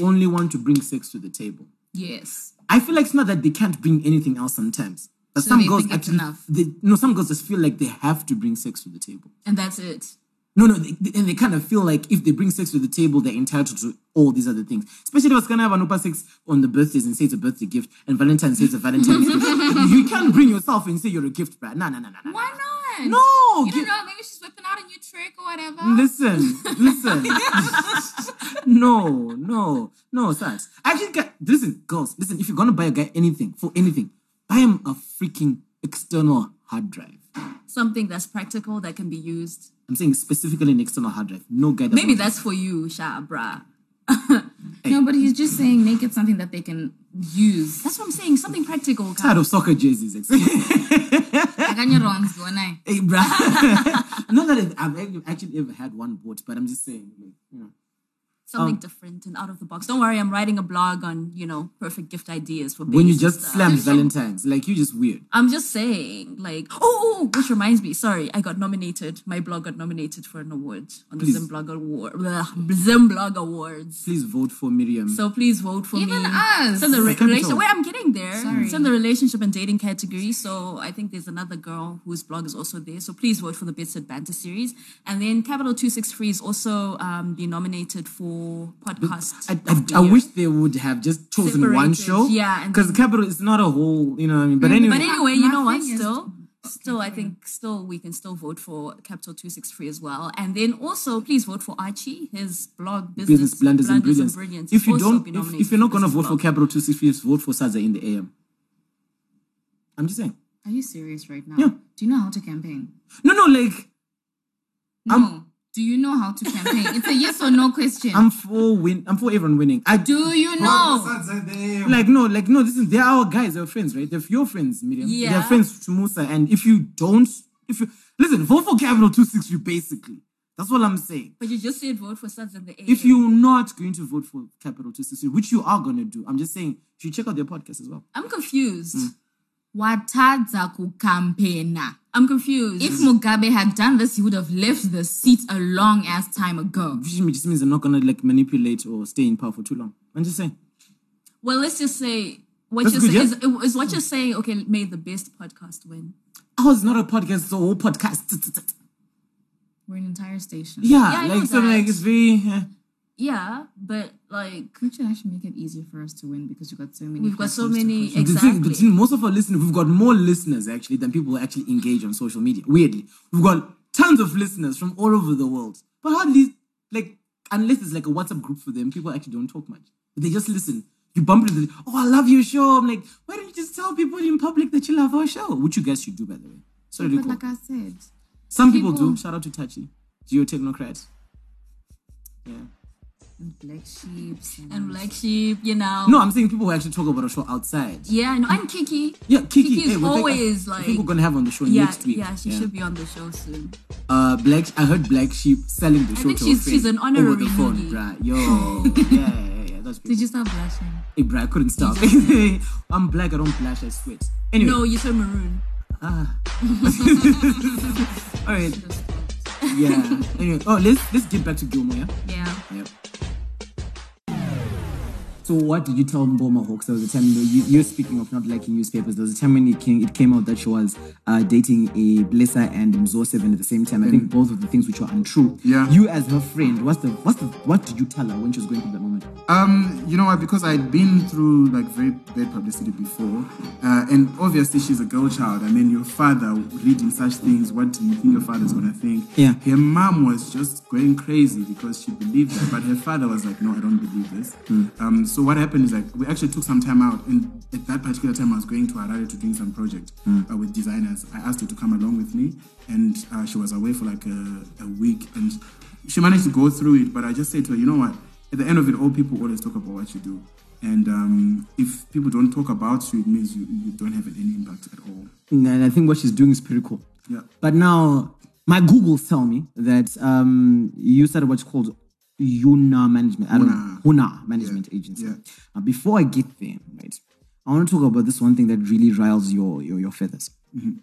Speaker 3: only want to bring sex to the table.
Speaker 4: Yes.
Speaker 3: I feel like it's not that they can't bring anything else sometimes. But
Speaker 4: So
Speaker 3: some
Speaker 4: they
Speaker 3: girls
Speaker 4: think it's
Speaker 3: actually,
Speaker 4: enough.
Speaker 3: They, no, some girls just feel like they have to bring sex to the table.
Speaker 5: and that's it.
Speaker 3: No, no, they, they- and they kind of feel like if they bring sex to the table, they're entitled to all these other things. Especially if it's gonna have an opa sex on the birthdays and say it's a birthday gift, and Valentine's says a Valentine's [laughs] gift. You can't bring yourself and say you're a gift, bruh. No, no, no, no, no.
Speaker 4: Why not?
Speaker 3: No,
Speaker 4: You
Speaker 3: get-
Speaker 4: don't know. Maybe she's whipping out a new trick or whatever.
Speaker 3: Listen,
Speaker 5: [laughs]
Speaker 3: listen. no, no, no, Sats. Actually, gu- listen, girls, listen, if you're going to buy a guy anything for anything, buy him a freaking external hard drive.
Speaker 5: Something that's practical that can be used.
Speaker 3: I'm saying specifically an external hard drive. No guy does
Speaker 5: Maybe
Speaker 3: not-
Speaker 5: that's for you, Sha, bruh.
Speaker 4: No, but he's just saying make it something that they can [laughs] use.
Speaker 5: That's what I'm saying. Something practical. guys.
Speaker 3: tired of soccer jerseys. ex-
Speaker 4: I got your wrongs, go I?
Speaker 3: [laughs] hey, bruh. [laughs] Not that I've- I've ever- actually ever had one bought, but I'm just saying, like, you know. Um,
Speaker 5: Something different and out of the box. Don't worry, I'm writing a blog on, you know, perfect gift ideas for
Speaker 3: when you
Speaker 5: babies
Speaker 3: just
Speaker 5: and stuff.
Speaker 3: slam Valentine's, like you're just weird.
Speaker 5: I'm just saying, like, oh, oh, which reminds me, sorry, I got nominated. My blog got nominated for an award on the
Speaker 3: Please.
Speaker 5: Zimblog Award. Blah, Zimblog Awards.
Speaker 3: Please vote for Miriam.
Speaker 5: So please vote for
Speaker 4: Even
Speaker 5: me.
Speaker 4: us.
Speaker 5: Send the
Speaker 3: I
Speaker 5: re-
Speaker 3: can't
Speaker 5: relationship.
Speaker 3: tell.
Speaker 5: Wait, I'm getting there.
Speaker 4: Sorry.
Speaker 5: Send the relationship and dating category. So I think there's another girl whose blog is also there. So please vote for the Bits at Banter series. And then Capital Two Six Three is also um, been nominated for podcast.
Speaker 3: I,
Speaker 5: of the
Speaker 3: I, I
Speaker 5: year.
Speaker 3: wish they would have just chosen one
Speaker 5: Separated,
Speaker 3: show.
Speaker 5: yeah, and
Speaker 3: because Capital is not a whole, you know what I mean? But anyway,
Speaker 5: But anyway, you know what?
Speaker 4: Nothing is-
Speaker 5: Still, still, I think still we can still vote for Capital Two Six Three as well. And then also, please vote for Archie. His blog, business,
Speaker 3: business blunders, and brilliance.
Speaker 5: Brilliance,
Speaker 3: If you
Speaker 5: also
Speaker 3: don't,
Speaker 5: been
Speaker 3: if,
Speaker 5: nominated
Speaker 3: if you're not
Speaker 5: for
Speaker 3: going to
Speaker 5: business
Speaker 3: vote for
Speaker 5: blog.
Speaker 3: Capital 265, vote for Saza in the AM. I'm just saying.
Speaker 4: Are you serious right now?
Speaker 3: Yeah.
Speaker 4: Do you know how to campaign?
Speaker 3: No, no, like
Speaker 4: No. Do you know how to campaign? it's a yes or no question.
Speaker 3: I'm for win. I'm for everyone winning. I do.
Speaker 4: Do you know?
Speaker 3: Like no, like no. This is they're our guys. They're friends, right? They're your friends, Miriam. They're
Speaker 5: Yeah.
Speaker 3: friends to Musa. And if you don't, if you listen, vote for Capital 263. Basically, that's what I'm saying.
Speaker 5: But you just said vote for Sons and the A.
Speaker 3: If you're not going to vote for Capital 263, which you are going to do, I'm just saying, you should check out their podcast as well.
Speaker 5: I'm confused.
Speaker 3: Hmm.
Speaker 4: Watadza kukampena.
Speaker 5: I'm
Speaker 3: Hmm.
Speaker 5: confused.
Speaker 4: If Mugabe had done this, he would have left the seat a long ass time ago.
Speaker 3: Which just means they're not going to like manipulate or stay in power for too long. I'm just saying.
Speaker 5: well, let's just say what
Speaker 3: That's
Speaker 5: you're
Speaker 3: good,
Speaker 5: saying
Speaker 3: yeah? Hmm.
Speaker 5: is, is what you're saying. Okay, may the best podcast win.
Speaker 3: Oh, it's not a podcast, it's a whole podcast. T- t- t- t-
Speaker 4: We're an entire station.
Speaker 5: Yeah,
Speaker 3: Yeah,
Speaker 5: I
Speaker 3: like,
Speaker 5: know
Speaker 3: so like,
Speaker 5: that.
Speaker 3: it's very. eh.
Speaker 5: Yeah, but like
Speaker 3: Hmm.
Speaker 4: We should actually make it easier for us to win because we've got so many.
Speaker 5: We've got so
Speaker 4: platforms to
Speaker 5: many-
Speaker 4: push on.
Speaker 5: ex-
Speaker 3: The thing-
Speaker 5: Exactly.
Speaker 3: but you know, most of our listeners, we've got more listeners actually than people who actually engage on social media. Weirdly, we've got tons of listeners from all over the world, but hardly like unless it's like a WhatsApp group for them, people actually don't talk much. They just listen. You bump into, the, oh, I love your show. I'm like, why don't you just tell people in public that you love our show? Which you guys should do, by the way. Sorry, to
Speaker 4: But
Speaker 3: call.
Speaker 4: like I said,
Speaker 3: some people, do.
Speaker 4: people-
Speaker 3: Shout out to Tachi, geotechnocrat. Yeah.
Speaker 4: and black sheeps and,
Speaker 5: and Black Sheep, you know.
Speaker 3: No, I'm saying people who actually talk about our show outside.
Speaker 5: Yeah, no, and Kiki.
Speaker 3: Yeah, Kiki.
Speaker 5: Kiki's
Speaker 3: hey, we think-
Speaker 5: always,
Speaker 3: I think we're
Speaker 5: like-
Speaker 3: gonna have her on the show
Speaker 5: Yeah,
Speaker 3: next week.
Speaker 5: yeah, she should be on the show soon.
Speaker 3: uh black i heard black sheep selling the show
Speaker 5: think
Speaker 3: to
Speaker 5: she's-
Speaker 3: a friend
Speaker 5: she's an honorary
Speaker 3: over the phone
Speaker 5: newbie.
Speaker 3: bruh.
Speaker 5: [laughs]
Speaker 3: yo yeah yeah yeah that's
Speaker 4: did
Speaker 3: beautiful.
Speaker 4: you start blushing?
Speaker 3: hey bruh i couldn't stop [laughs] i'm black i don't blush i sweat anyway
Speaker 5: No, you said maroon.
Speaker 3: all
Speaker 5: [laughs]
Speaker 3: right yeah anyway oh let's let's get back to gilmore yeah
Speaker 4: Yeah.
Speaker 3: yep so what did you tell Mboma Hawks? There was a time you know, you, you're speaking of not liking newspapers. There was a time when it came, it came out that she was uh, dating a Blesser and Mzo Seven at the same time. I think both of the things which were untrue.
Speaker 1: Yeah.
Speaker 3: You as her friend, what's the what's the what did you tell her when she was going through that moment?
Speaker 1: Um, you know what? Because I'd been through like very bad publicity before, uh, and obviously she's a girl child. And then your father reading such things. What do you think your father's gonna think?
Speaker 3: Yeah.
Speaker 1: Her mom was just going crazy because she believed that, but her father was like, "No, I don't believe this."
Speaker 3: Hmm.
Speaker 1: Um, so what happened is like we actually took some time out, and at that particular time, I was going to Harare to doing some project
Speaker 3: Hmm.
Speaker 1: uh, with designers. I asked her to come along with me, and uh, she was away for like a, a week, and she managed to go through it. But I just said to her, "You know what?" at the end of it, all people always talk about what you do. And um, if people don't talk about you, it means you, you don't have any impact at all.
Speaker 3: And I think what she's doing is pretty cool.
Speaker 1: Yeah.
Speaker 3: But now my Googles tell me that um, you started what's called Yuna Management. I don't know. Huna Management Agency.
Speaker 1: yeah.
Speaker 3: Now, before I get there, right, I want to talk about this one thing that really riles your your, your feathers.
Speaker 1: Mm-hmm.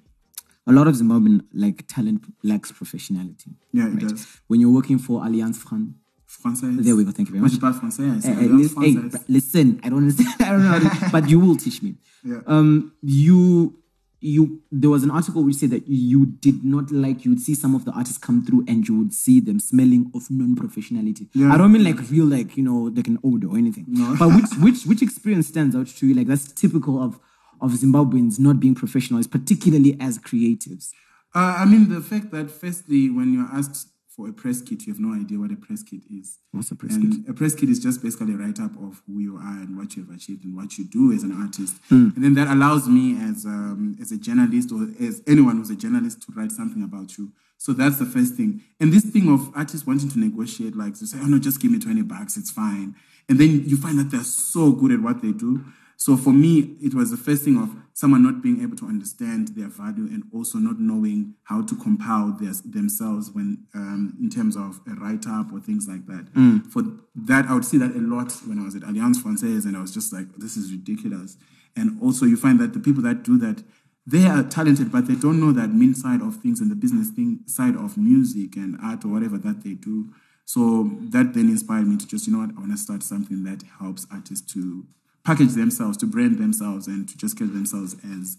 Speaker 3: A lot of Zimbabwean like talent lacks professionality.
Speaker 1: Yeah, it does.
Speaker 3: When you're working for Allianz France,
Speaker 1: Francais.
Speaker 3: there we go. Thank you very
Speaker 1: Moi,
Speaker 3: much.
Speaker 1: je parle français. hein, c'est
Speaker 3: Eh, eh,
Speaker 1: un
Speaker 3: lis- hey,
Speaker 1: français.
Speaker 3: br- listen, I don't understand. [laughs] I don't know, how
Speaker 1: [laughs]
Speaker 3: to- but you will teach me.
Speaker 1: Yeah.
Speaker 3: Um, you, you. There was an article which said that you did not like. You would see some of the artists come through, and you would see them smelling of non-professionality.
Speaker 1: Yeah.
Speaker 3: I don't mean like real, like you know, like an odor or anything. But which, which, which experience stands out to you? Like that's typical of of Zimbabweans not being professionals, particularly as creatives.
Speaker 1: Uh, I mean, the fact that firstly, when you're asked for a press kit, you have no idea what a press kit is.
Speaker 3: What's a press
Speaker 1: and A press kit is just basically a write-up of who you are and what you have achieved and what you do as an artist.
Speaker 3: Hmm.
Speaker 1: And then that allows me, as um, as a journalist or as anyone who's a journalist, to write something about you. So that's the first thing. And this thing of artists wanting to negotiate, like to say, "Oh no, just give me twenty bucks, it's fine." And then you find that they're so good at what they do. So for me, it was the first thing of someone not being able to understand their value and also not knowing how to compile their, themselves when um, in terms of a write-up or things like that. For that, I would see that a lot when I was at Alliance Française, and I was just like, "This is ridiculous." And also, you find that the people that do that, they are talented, but they don't know that mean side of things and the business thing side of music and art or whatever that they do. So that then inspired me to just, you know what, I want to start something that helps artists to package themselves, to brand themselves, and to just get themselves as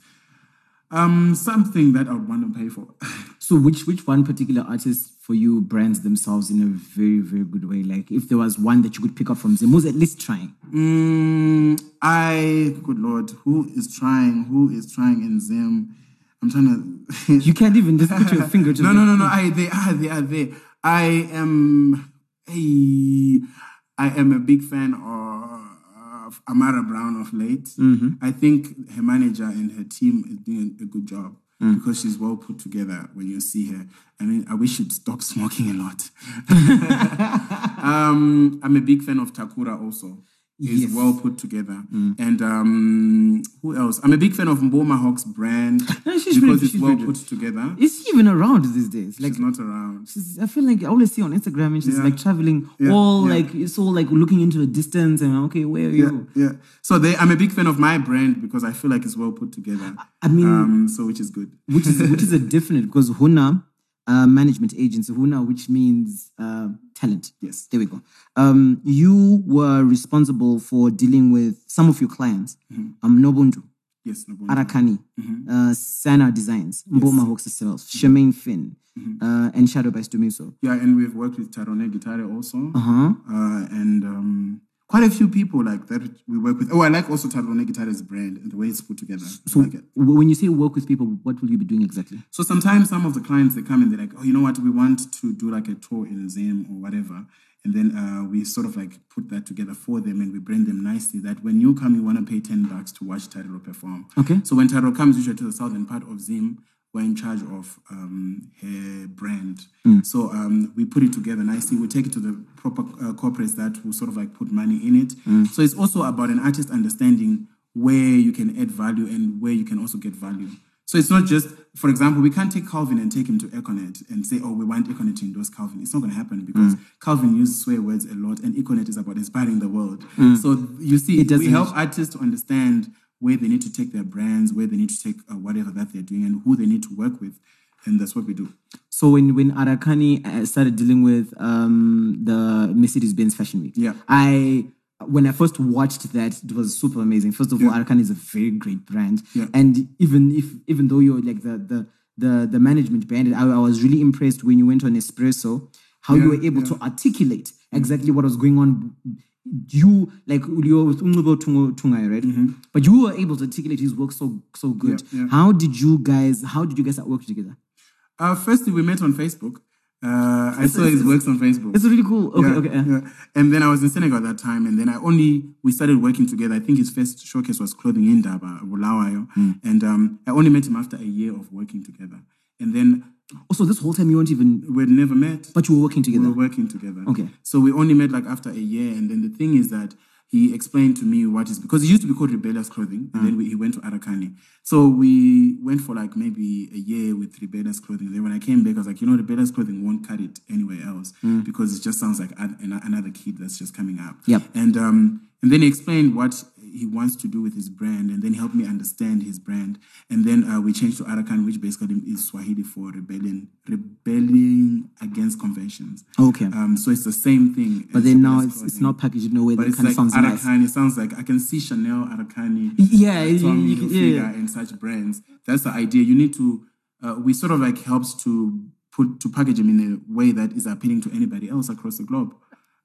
Speaker 1: um, something that I would want to pay for. [laughs]
Speaker 3: So which which one particular artist for you brands themselves in a very very good way? Like if there was one that you could pick up from them, who's at least trying?
Speaker 1: Mm, I, good lord, who is trying? Who is trying in Zim? I'm trying to. [laughs]
Speaker 3: You can't even just put your finger to
Speaker 1: no,
Speaker 3: the-
Speaker 1: no, no, no. I they are they are there. I am I, I am a big fan of, of Amara Brown of late.
Speaker 3: Mm-hmm.
Speaker 1: I think her manager and her team is doing a, a good job.
Speaker 3: Mm.
Speaker 1: Because she's well put together when you see her. I mean, I wish she'd stop [laughs] smoking
Speaker 3: [laughs]
Speaker 1: a lot. um, I'm a big fan of Takura also. He's
Speaker 3: Yes. Mm.
Speaker 1: well put together. And um, who else? I'm a big fan of Mboma Hawk's brand
Speaker 3: [laughs] she's
Speaker 1: because
Speaker 3: pretty-
Speaker 1: it's
Speaker 3: she's
Speaker 1: well
Speaker 3: pretty-
Speaker 1: put together.
Speaker 3: Is she even around these days? Like
Speaker 1: She's not around.
Speaker 3: she's- I feel like I always see on Instagram and she's
Speaker 1: Yeah.
Speaker 3: like traveling
Speaker 1: Yeah,
Speaker 3: all
Speaker 1: yeah.
Speaker 3: like it's all like looking into the distance and okay, where are
Speaker 1: Yeah,
Speaker 3: you?
Speaker 1: yeah. So they, I'm a big fan of my brand because I feel like it's well put together.
Speaker 3: I mean
Speaker 1: Um, so which is good.
Speaker 3: which is which is a definite because Huna uh, management agency Huna, which means uh, talent.
Speaker 1: Yes.
Speaker 3: there we go. Um, you were responsible for dealing with some of your clients, um, Nobundu,
Speaker 1: Yes, no problem.
Speaker 3: Arakani, uh, Sana Designs, Mboma Hawks itself, Shemaine Finn, uh, and Shadow by doing so.
Speaker 1: Yeah, and we've worked with Tarone Guitare also,
Speaker 3: Uh-huh.
Speaker 1: uh, and um, quite a few people like that we work with. Oh, I like also Tarone Guitare's brand and the way it's put together. I like it.
Speaker 3: W- When you say work with people, what will you be doing exactly?
Speaker 1: So sometimes some of the clients they come and they're like, oh, you know what, we want to do like a tour in Zim or whatever. And then uh, we sort of like put that together for them and we brand them nicely that when you come, you want to pay 10 bucks to watch Tariro perform.
Speaker 3: Okay.
Speaker 1: So when Tariro comes usually to the southern part of Zim, we're in charge of um, her brand. So um, we put it together nicely. We take it to the proper uh, corporates that will sort of like put money in it. So it's also about an artist understanding where you can add value and where you can also get value. So it's not just, for example, we can't take Calvin and take him to Econet and say, oh, we want Econet to endorse Calvin. It's not going to happen because Calvin uses swear words a lot and Econet is about inspiring the world. So you see,
Speaker 3: It
Speaker 1: we
Speaker 3: doesn't
Speaker 1: help artists to understand where they need to take their brands, where they need to take uh, whatever that they're doing and who they need to work with. And that's what we do.
Speaker 3: So when when Arakani uh, started dealing with um, the Mercedes Benz Fashion Week,
Speaker 1: Yeah.
Speaker 3: I when I first watched that, it was super amazing. First of all, Arakani is a very great brand,
Speaker 1: Yeah.
Speaker 3: and even if even though you're like the the the, the management brand, I, I was really impressed when you went on Espresso how you
Speaker 1: Yeah,
Speaker 3: were able
Speaker 1: yeah. Mm-hmm.
Speaker 3: to articulate exactly what was going on. You like you're with Ungubo Tungai, right? But you were able to articulate his work so so good.
Speaker 1: Mm-hmm. Yeah, yeah.
Speaker 3: How did you guys? How did you guys work together?
Speaker 1: Uh, firstly, we met on Facebook. Uh, I saw his works on Facebook.
Speaker 3: It's really cool. Okay,
Speaker 1: Yeah,
Speaker 3: okay. uh.
Speaker 1: yeah. And then I was in Senegal at that time, and then I only we started working together. I think his first showcase was clothing in Daba, Bulawayo,
Speaker 3: Hmm.
Speaker 1: and um, I only met him after a year of working together. And then
Speaker 3: uh, Also, this whole time you weren't even,
Speaker 1: we'd never met,
Speaker 3: but you were working together.
Speaker 1: we were working together.
Speaker 3: Okay.
Speaker 1: So we only met like after a year, and then the thing is that he explained to me what is because it used to be called Rebellious Clothing, and
Speaker 3: Mm.
Speaker 1: then we, he went to Arakani. So we went for like maybe a year with Rebellious Clothing. Then when I came back, I was like, you know, Rebellious Clothing won't cut it anywhere else because it just sounds like an, an- another kid that's just coming up.
Speaker 3: Mm. Yep.
Speaker 1: And um, and then he explained what he wants to do with his brand, and then helped me understand his brand. And then uh, we changed to Arakan, which basically is Swahili for rebellion, rebelling against conventions.
Speaker 3: Okay.
Speaker 1: Um, so it's the same thing.
Speaker 3: but
Speaker 1: as
Speaker 3: then now
Speaker 1: Rebellious
Speaker 3: it's, it's
Speaker 1: Clothing.
Speaker 3: not packaged in a way
Speaker 1: But
Speaker 3: that
Speaker 1: it's
Speaker 3: kind
Speaker 1: like
Speaker 3: of sounds nice.
Speaker 1: Arakani. It sounds like I can see Chanel, Arakani,
Speaker 3: Yeah, you-
Speaker 1: Tommy
Speaker 3: you-
Speaker 1: Hilfiger,
Speaker 3: yeah.
Speaker 1: and such brands. That's the idea. You need to. Uh, we sort of like helps to put to package them in a way that is appealing to anybody else across the globe.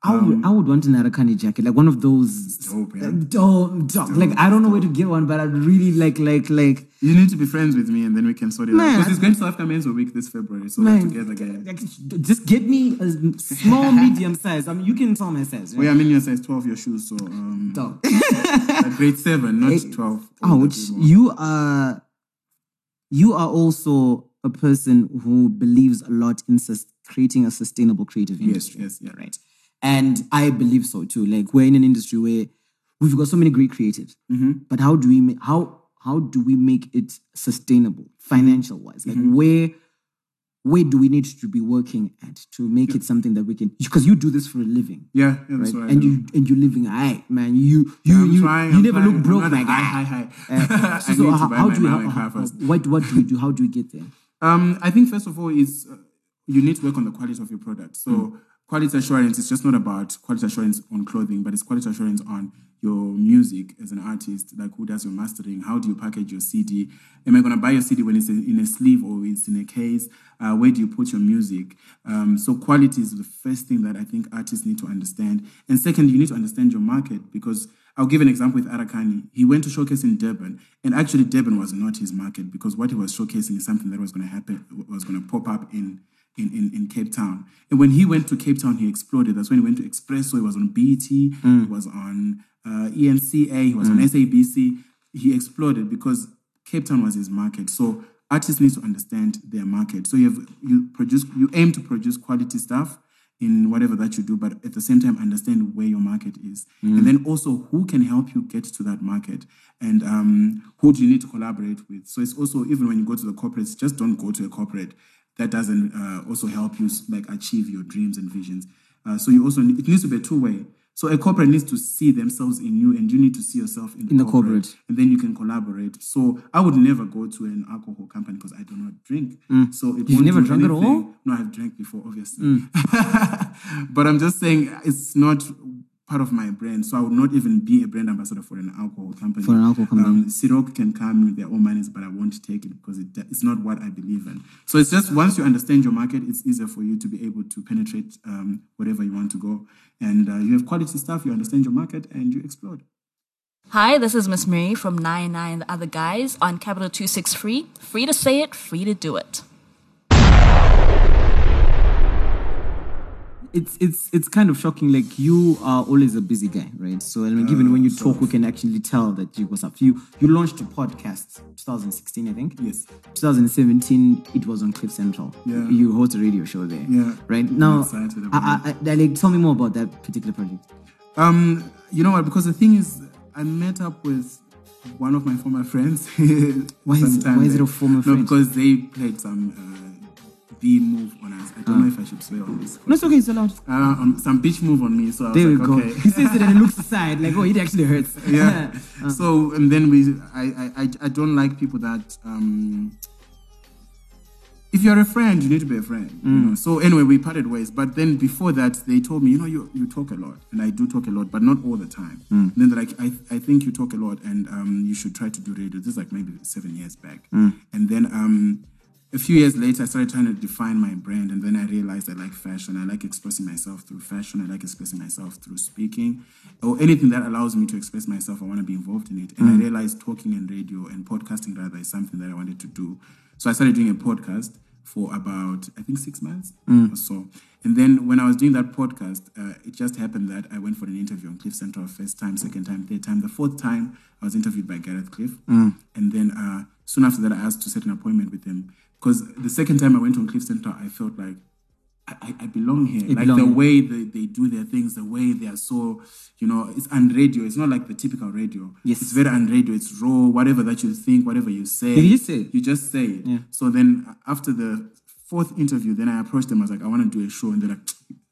Speaker 3: I would, I would want an Arakani jacket, like one of those.
Speaker 1: dope, yeah.
Speaker 3: uh, dope, dope. Like I don't know where to get one, but I'd really like, like, like.
Speaker 1: You need to be friends with me, and then we can sort it
Speaker 3: Man,
Speaker 1: out. Because
Speaker 3: I-
Speaker 1: it's going to South Africa Men's Week this February, so
Speaker 3: Man,
Speaker 1: we're together again.
Speaker 3: like, just get me a
Speaker 1: [laughs]
Speaker 3: small, medium size. I mean, you can tell my size.
Speaker 1: Well,
Speaker 3: right?
Speaker 1: Oh, I mean, you're size 12, your shoes, so um,
Speaker 3: Dog.
Speaker 1: like grade 7, not 12.
Speaker 3: Ouch! Ah, You are, you are also a person who believes a lot in sus- creating a sustainable creative
Speaker 1: Yes,
Speaker 3: industry.
Speaker 1: yes, yeah.
Speaker 3: right? And I believe so too. Like we're in an industry where we've got so many great creatives,
Speaker 1: Mm-hmm.
Speaker 3: but how do we make how how do we make it sustainable financial wise? Like
Speaker 1: Mm-hmm.
Speaker 3: where where do we need to be working at to make it something that we can? Because you do this for a living.
Speaker 1: Yeah, yeah that's
Speaker 3: Right?
Speaker 1: what I
Speaker 3: and
Speaker 1: do.
Speaker 3: you and you're living high, man. You you
Speaker 1: I'm
Speaker 3: you,
Speaker 1: trying,
Speaker 3: you
Speaker 1: I'm
Speaker 3: never
Speaker 1: trying.
Speaker 3: look
Speaker 1: I'm
Speaker 3: broke
Speaker 1: not
Speaker 3: like
Speaker 1: high,
Speaker 3: that.
Speaker 1: high, high.
Speaker 3: Uh,
Speaker 1: [laughs] I
Speaker 3: so
Speaker 1: need
Speaker 3: how,
Speaker 1: to buy
Speaker 3: how
Speaker 1: my
Speaker 3: do you
Speaker 1: man
Speaker 3: how,
Speaker 1: a
Speaker 3: how,
Speaker 1: car first.
Speaker 3: what what do you do? How do we get there?
Speaker 1: Um, I think first of all is uh, you need to work on the quality of your product. So quality assurance is just not about quality assurance on clothing, but it's quality assurance on your music as an artist. Like who does your mastering? How do you package your CD? Am I going to buy your CD when it's in in a sleeve or it's in a case? Uh, where do you put your music? Um, so quality is the first thing that I think artists need to understand. And second, you need to understand your market because I'll give an example with Arakani. He went to showcase in Durban, and actually Durban was not his market because what he was showcasing is something that was going to happen, was going to pop up in, in in in Cape Town. And when he went to Cape Town, he exploded. That's when he went to Express. So he was on BET, he was on uh, ENCA, he was on SABC. He exploded because Cape Town was his market. So artists need to understand their market. So you have you produce you aim to produce quality stuff in whatever that you do, but at the same time understand where your market is,
Speaker 3: Mm.
Speaker 1: and then also who can help you get to that market, and um, who do you need to collaborate with. So it's also even when you go to the corporates, just don't go to a corporate that doesn't uh, also help you like achieve your dreams and visions. Uh, so you also it needs to be a two way. So a corporate needs to see themselves in you, and you need to see yourself in the,
Speaker 3: In the
Speaker 1: corporate,
Speaker 3: corporate.
Speaker 1: and then you can collaborate. So I would never go to an alcohol company because I do not drink. So it won't
Speaker 3: Mm. never
Speaker 1: do
Speaker 3: drunk at
Speaker 1: anything.
Speaker 3: all?
Speaker 1: No, I've drank before, obviously.
Speaker 3: Mm.
Speaker 1: [laughs] but I'm just saying it's not part of my brand. So I would not even be a brand ambassador for an alcohol company.
Speaker 3: For an alcohol company.
Speaker 1: Um, Ciroc can come with their own monies, but I won't take it because it, it's not what I believe in. So it's just once you understand your market, it's easier for you to be able to penetrate um, wherever you want to go. And uh, you have quality stuff, you understand your market, and you explode.
Speaker 5: Hi, this is Miss Marie from 99 The Other Guys on Capital 263. Free to say it, free to do it.
Speaker 3: It's it's it's kind of shocking. Like you are always a busy guy, right? So I mean, even when
Speaker 1: Uh,
Speaker 3: you talk, we can actually tell that you was up. You you launched a podcast 2016, I think.
Speaker 1: Yes.
Speaker 3: 2017, it was on Cliff Central.
Speaker 1: Yeah.
Speaker 3: You host a radio show there.
Speaker 1: Yeah.
Speaker 3: Right now,
Speaker 1: excited about
Speaker 3: I, I, I, like, tell me more about that particular project.
Speaker 1: Um, you know what? Because the thing is, I met up with one of my former friends. [laughs]
Speaker 3: Why is it-
Speaker 1: sometime
Speaker 3: why is it
Speaker 1: back.
Speaker 3: a former
Speaker 1: no,
Speaker 3: friend?
Speaker 1: because they played some uh, B move on us. I don't know if I should swear on this.
Speaker 3: No, it's okay. It's allowed.
Speaker 1: Uh, um, some bitch move on me. So I was
Speaker 3: There we
Speaker 1: like,
Speaker 3: go. [laughs]
Speaker 1: okay. [laughs]
Speaker 3: He says it and he looks aside, like, oh, it actually hurts. [laughs]
Speaker 1: yeah.
Speaker 3: Uh.
Speaker 1: So and then we, I, I, I, I don't like people that. Um, if you're a friend, you need to be a friend. You know? So anyway, we parted ways. But then before that, they told me, you know, you, you talk a lot, and I do talk a lot, but not all the time. And then they're like, I, I think you talk a lot, and um, you should try to do radio. This is like maybe seven years back. And then um, a few years later, I started trying to define my brand, and then I realized I like fashion. I like expressing myself through fashion. I like expressing myself through speaking, or anything that allows me to express myself. I want to be involved in it. And I realized talking and radio and podcasting rather is something that I wanted to do. So I started doing a podcast for about I think six months
Speaker 3: Mm.
Speaker 1: or so. And then when I was doing that podcast, uh, it just happened that I went for an interview on Cliff Central first time, second time, third time. The fourth time, I was interviewed by Gareth Cliff.
Speaker 3: Mm.
Speaker 1: And then uh, soon after that, I asked to set an appointment with him because the second time I went on Cliff Central, I felt like I, I- I belong here. like
Speaker 3: belong
Speaker 1: the
Speaker 3: here.
Speaker 1: way they, they do their things, the way they are so, you know, it's unradio. It's not like the typical radio.
Speaker 3: Yes.
Speaker 1: It's very unradio. It's raw. Whatever that you think, whatever you say.
Speaker 3: You just say it.
Speaker 1: You just say it.
Speaker 3: Yeah.
Speaker 1: So then uh, after the fourth interview, then I approached them. I was like, I want to do a show. And they're like,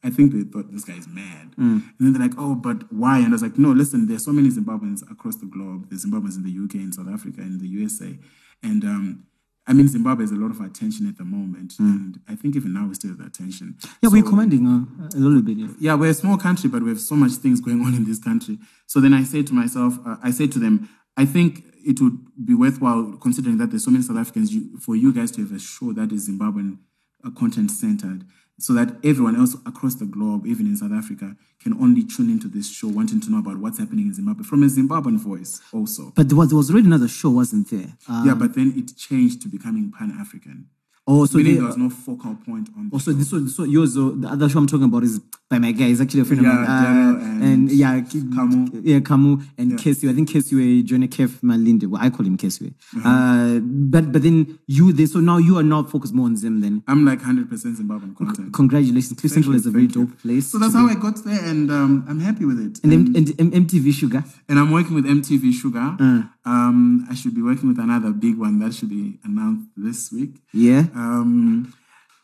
Speaker 1: I think they thought this guy is mad.
Speaker 3: Mm.
Speaker 1: And then they're like, oh, but why? And I was like, no, listen, there's so many Zimbabweans across the globe. There's Zimbabweans in the UK, in South Africa, in the USA. And um, I mean, Zimbabwe has a lot of attention at the moment. And I think even now we still have that attention.
Speaker 3: Mm. Yeah, we're
Speaker 1: So-
Speaker 3: commanding uh, a little bit. Yeah.
Speaker 1: yeah, we're a small country, but we have so much things going on in this country. So then I said to myself, uh, I said to them, I think it would be worthwhile considering that there's so many South Africans you, for you guys to have a show that is Zimbabwean uh, content centered, so that everyone else across the globe, even in South Africa, can only tune into this show, wanting to know about what's happening in Zimbabwe from a Zimbabwean voice, also.
Speaker 3: But there was, there was already another show, wasn't there? Uh,
Speaker 1: yeah, but then it changed to becoming Pan African,
Speaker 3: oh, so,
Speaker 1: meaning
Speaker 3: they-
Speaker 1: there was no focal point on. the
Speaker 3: oh, so
Speaker 1: show.
Speaker 3: this was so yours. uh, the other show I'm talking about is by my guy. He's actually a friend
Speaker 1: Yeah,
Speaker 3: of mine. Uh,
Speaker 1: Daryl and
Speaker 3: yeah,
Speaker 1: Kamu.
Speaker 3: yeah, Kamu and Kesue. I think Kesue, Johnny Kef Malinde. Well, I call him Kesue.
Speaker 1: Uh-huh.
Speaker 3: Uh, but but then you, they, so now you are now focused more on Zim then.
Speaker 1: I'm like 100% Zimbabwean content.
Speaker 3: Congratulations, Cliff Central is a very
Speaker 1: Thank you.
Speaker 3: dope place.
Speaker 1: So that's
Speaker 3: to
Speaker 1: how
Speaker 3: be.
Speaker 1: I got there, and um, I'm happy with it. And,
Speaker 3: and, and, and MTV Sugar.
Speaker 1: and I'm working with MTV Sugar. Um, I should be working with another big one that should be announced this week.
Speaker 3: Yeah.
Speaker 1: Um,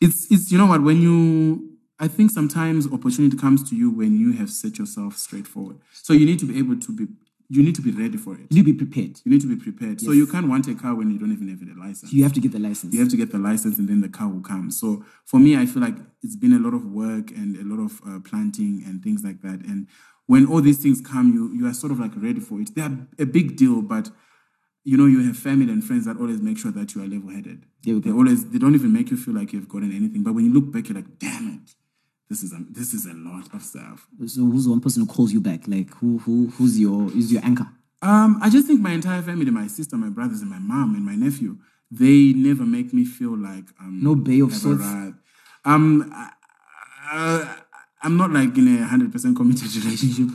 Speaker 1: it's it's you know what when you I think sometimes opportunity comes to you when you have set yourself straightforward. So you need to be able to be you need to be ready for it.
Speaker 3: you be prepared.
Speaker 1: You need to be prepared. So you can't want a car when you don't even have a license
Speaker 3: You have to get the license.
Speaker 1: you have to get the license and then the car will come. So for me, I feel like it's been a lot of work and a lot of uh, planting and things like that. And when all these things come, you you are sort of like ready for it. They are a big deal, but you know you have family and friends that always make sure that you are level headed.
Speaker 3: There we
Speaker 1: They
Speaker 3: go.
Speaker 1: always they don't even make you feel like you've gotten anything. But when you look back, you're like, damn it, this is a this is a lot of stuff.
Speaker 3: So who's the one person who calls you back? Like who who who's your who's your anchor?
Speaker 1: Um, I just think my entire family, my sister, my brothers, and my mom and my nephew, they never make me feel like um,
Speaker 3: No bay of sorts?
Speaker 1: arrived. Um, I, I, I'm not like in a hundred percent committed
Speaker 3: [laughs]
Speaker 1: [laughs] relationship,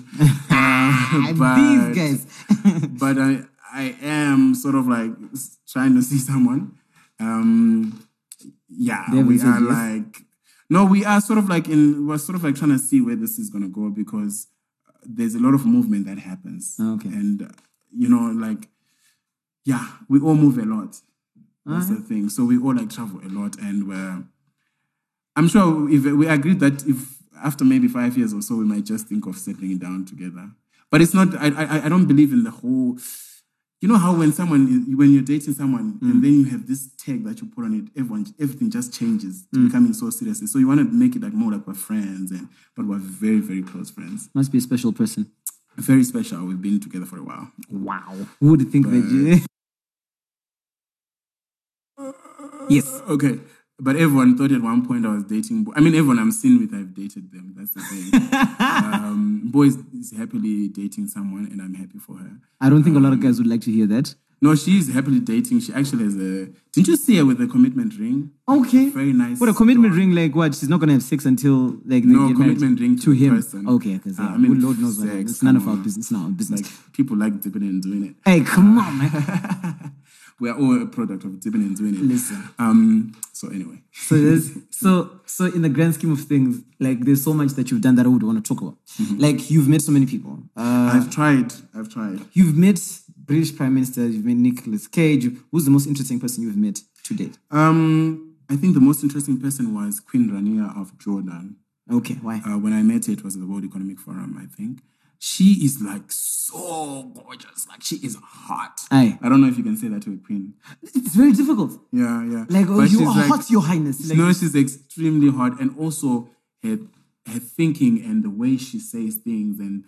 Speaker 1: Uh, but,
Speaker 3: These guys. [laughs]
Speaker 1: but I I am sort of like s- trying to [laughs] see someone. Um, yeah,
Speaker 3: haven't
Speaker 1: we
Speaker 3: said
Speaker 1: are
Speaker 3: yes?
Speaker 1: like no, we are sort of like in we're sort of like trying to see where this is gonna go because there's a lot of movement that happens.
Speaker 3: Okay.
Speaker 1: And uh, you know, like, yeah, we all move a lot. That's the thing. So we all like travel a lot, and we're. I'm sure if we agreed that if after maybe five years or so, we might just think of settling down together. But it's not. I I, I don't believe in the whole. You know how when someone is- when you're dating someone and then you have this tag that you put on it, everyone everything just changes to becoming so serious. So you want to make it like more like we're friends, and but we're very very close friends
Speaker 3: Must be a special person.
Speaker 1: very special. We've been together for a while.
Speaker 3: Wow. Who would think that you Yes.
Speaker 1: Uh, Okay. But everyone thought at one point I was dating. Bo- I mean, everyone I'm seen with, I've dated them. That's
Speaker 3: [laughs]
Speaker 1: the thing. um, Bo is, is happily dating someone, and I'm happy for her.
Speaker 3: I don't think a lot of guys would like to hear that.
Speaker 1: No, she is happily dating. She actually has a. Didn't you see her with a commitment ring?
Speaker 3: Okay.
Speaker 1: Very nice.
Speaker 3: What a commitment
Speaker 1: story.
Speaker 3: ring like what? She's not gonna have sex until like they
Speaker 1: No,
Speaker 3: get married
Speaker 1: commitment ring to
Speaker 3: to Ah,
Speaker 1: the
Speaker 3: him.
Speaker 1: person.
Speaker 3: Okay, because
Speaker 1: Uh,
Speaker 3: yeah,
Speaker 1: I mean,
Speaker 3: good Lord knows what
Speaker 1: sex,
Speaker 3: it's none of
Speaker 1: come
Speaker 3: our
Speaker 1: on.
Speaker 3: business. It's not our business.
Speaker 1: Like people like dipping and doing it.
Speaker 3: hey, come on, man.
Speaker 1: We are all a product of dipping and doing it.
Speaker 3: Listen.
Speaker 1: Um. So anyway.
Speaker 3: [laughs] So there's so so in the grand scheme of things, like there's so much that you've done that I would want to talk about. Like you've met so many people. Uh,
Speaker 1: I've tried. I've tried.
Speaker 3: you've met British prime ministers. You've met Nicolas Cage. You- Who's the most interesting person you've met to date?
Speaker 1: Um. I think the most interesting person was Queen Rania of Jordan.
Speaker 3: Okay, why?
Speaker 1: uh, when I met her, it was at the World Economic Forum, I think. She is like so gorgeous. Like she is hot.
Speaker 3: Aye.
Speaker 1: I don't know if you can say that to a queen.
Speaker 3: It's very difficult.
Speaker 1: Yeah, yeah.
Speaker 3: Like oh,
Speaker 1: But
Speaker 3: you
Speaker 1: she's
Speaker 3: are
Speaker 1: like-
Speaker 3: hot, Your Highness. Like,
Speaker 1: no, she's extremely hot, and also her her thinking and the way she says things, and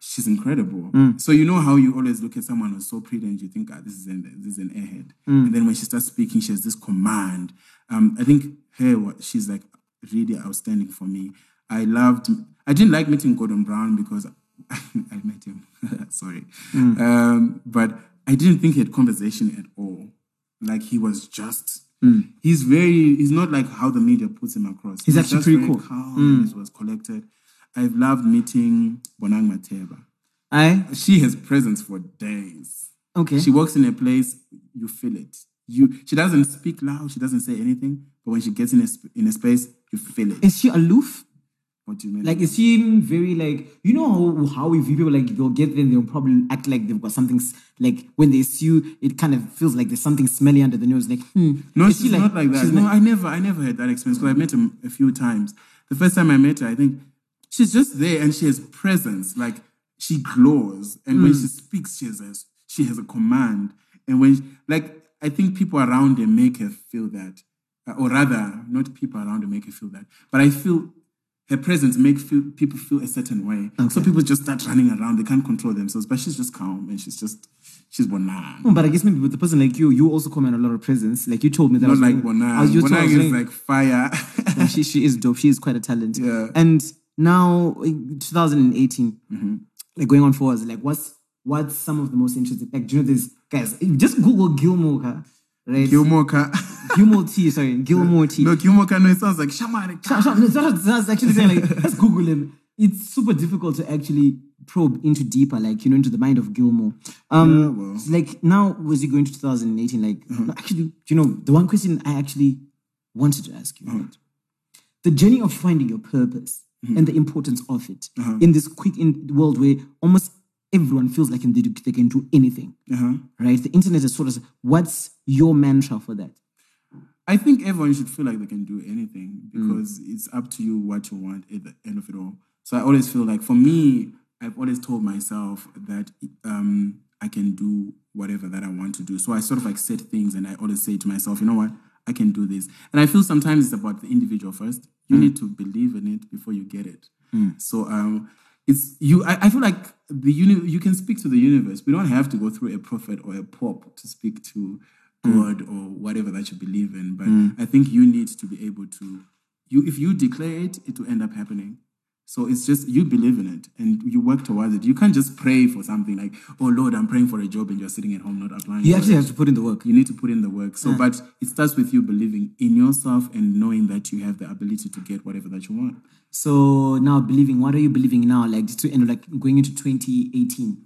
Speaker 1: she's incredible.
Speaker 3: Mm.
Speaker 1: So you know how you always look at someone who's so pretty and you think, ah, this is an this is an airhead,
Speaker 3: Mm.
Speaker 1: and then when she starts speaking, she has this command. Um, I think her wa- she's like really outstanding for me. I loved. I didn't like meeting Gordon Brown because [laughs] I met him. [laughs] Sorry,
Speaker 3: Mm.
Speaker 1: um, but I didn't think he had conversation at all. Like he was just. He's very. He's not like how the media puts him across.
Speaker 3: Mm. He's actually
Speaker 1: just
Speaker 3: pretty
Speaker 1: very
Speaker 3: cool.
Speaker 1: Calm. and He was collected. I've loved meeting Bonang Mateba.
Speaker 3: Aye.
Speaker 1: She has presence for days.
Speaker 3: Okay.
Speaker 1: She works in a place you feel it. You, she doesn't speak loud. She doesn't say anything. But when she gets in a sp- in a space, you feel it.
Speaker 3: Is she aloof?
Speaker 1: What do you mean?
Speaker 3: Like, is she very like you know how, how we view people? Like, they'll get there, they'll probably act like they've got something. s- Like when they see you, it kind of feels like there's something smelly under the nose. Like, hmm.
Speaker 1: No,
Speaker 3: Is
Speaker 1: she's
Speaker 3: she like-
Speaker 1: not like that.
Speaker 3: she's
Speaker 1: no,
Speaker 3: like-
Speaker 1: I never, I never had that experience because I met him a few times. The first time I met her, I think she's just there and she has presence. Like she glows, and when
Speaker 3: Hmm.
Speaker 1: she speaks, she has a, she has a command. And when she- like I think people around her make her feel that, Uh, or rather, not people around her make her feel that, but I feel her presence make feel, people feel a certain way. So people just start running around. They can't control themselves, but she's just calm and she's just she's banana.
Speaker 3: No, but I guess maybe with a person like you, you also come in a lot of presence. Like you told me that I
Speaker 1: Not
Speaker 3: was
Speaker 1: like
Speaker 3: doing- I
Speaker 1: Bonang.
Speaker 3: was- you told- I
Speaker 1: Bonang
Speaker 3: was
Speaker 1: is
Speaker 3: doing-
Speaker 1: like fire. [laughs]
Speaker 3: No, she she is dope. She is quite a talent.
Speaker 1: Yeah.
Speaker 3: And now, eh, 2018, like going on forwards, like what's what's some of the most interesting? Like, do you know this guys? Just Google Gilmore, huh? right?
Speaker 1: Gilmore Ka.
Speaker 3: Gilmore T. Sorry, Gilmore T.
Speaker 1: no, Gilmore Ka, no, it sounds like Shaman.
Speaker 3: Sh- sh- no, that's- that's actually saying like let's Google him. It's super difficult to actually probe into deeper, like you know, into the mind of Gilmore. Um, it's like now was he going to 2018? Like no, actually, you know, the one question I actually wanted to ask you, right? the journey of finding your purpose and the importance of it in this quick in world where almost everyone feels like they, do, they can do anything, right? The internet is sort of what's your mantra for that?
Speaker 1: I think everyone should feel like they can do anything because it's up to you what you want at the end of it all. So I always feel like, for me, I've always told myself that um, I can do whatever that I want to do. So I sort of like set things and I always say to myself, you know what, I can do this. And I feel sometimes it's about the individual first. You need to believe in it before you get it. So um, it's you. I, I feel like the uni- You can speak to the universe. We don't have to go through a prophet or a pope to speak to God or whatever that you believe in. But I think you need to be able to. You, if you declare it, it will end up happening. So it's just you believe in it and you work towards it. You can't just pray for something like, "Oh Lord, I'm praying for a job," and you're sitting at home not applying.
Speaker 3: You
Speaker 1: for it
Speaker 3: actually have to put in the work.
Speaker 1: you need to put in the work. So, but it starts with you believing in yourself and knowing that you have the ability to get whatever that you want.
Speaker 3: So now believing, what are you believing now? Like just to end, like going into 2018,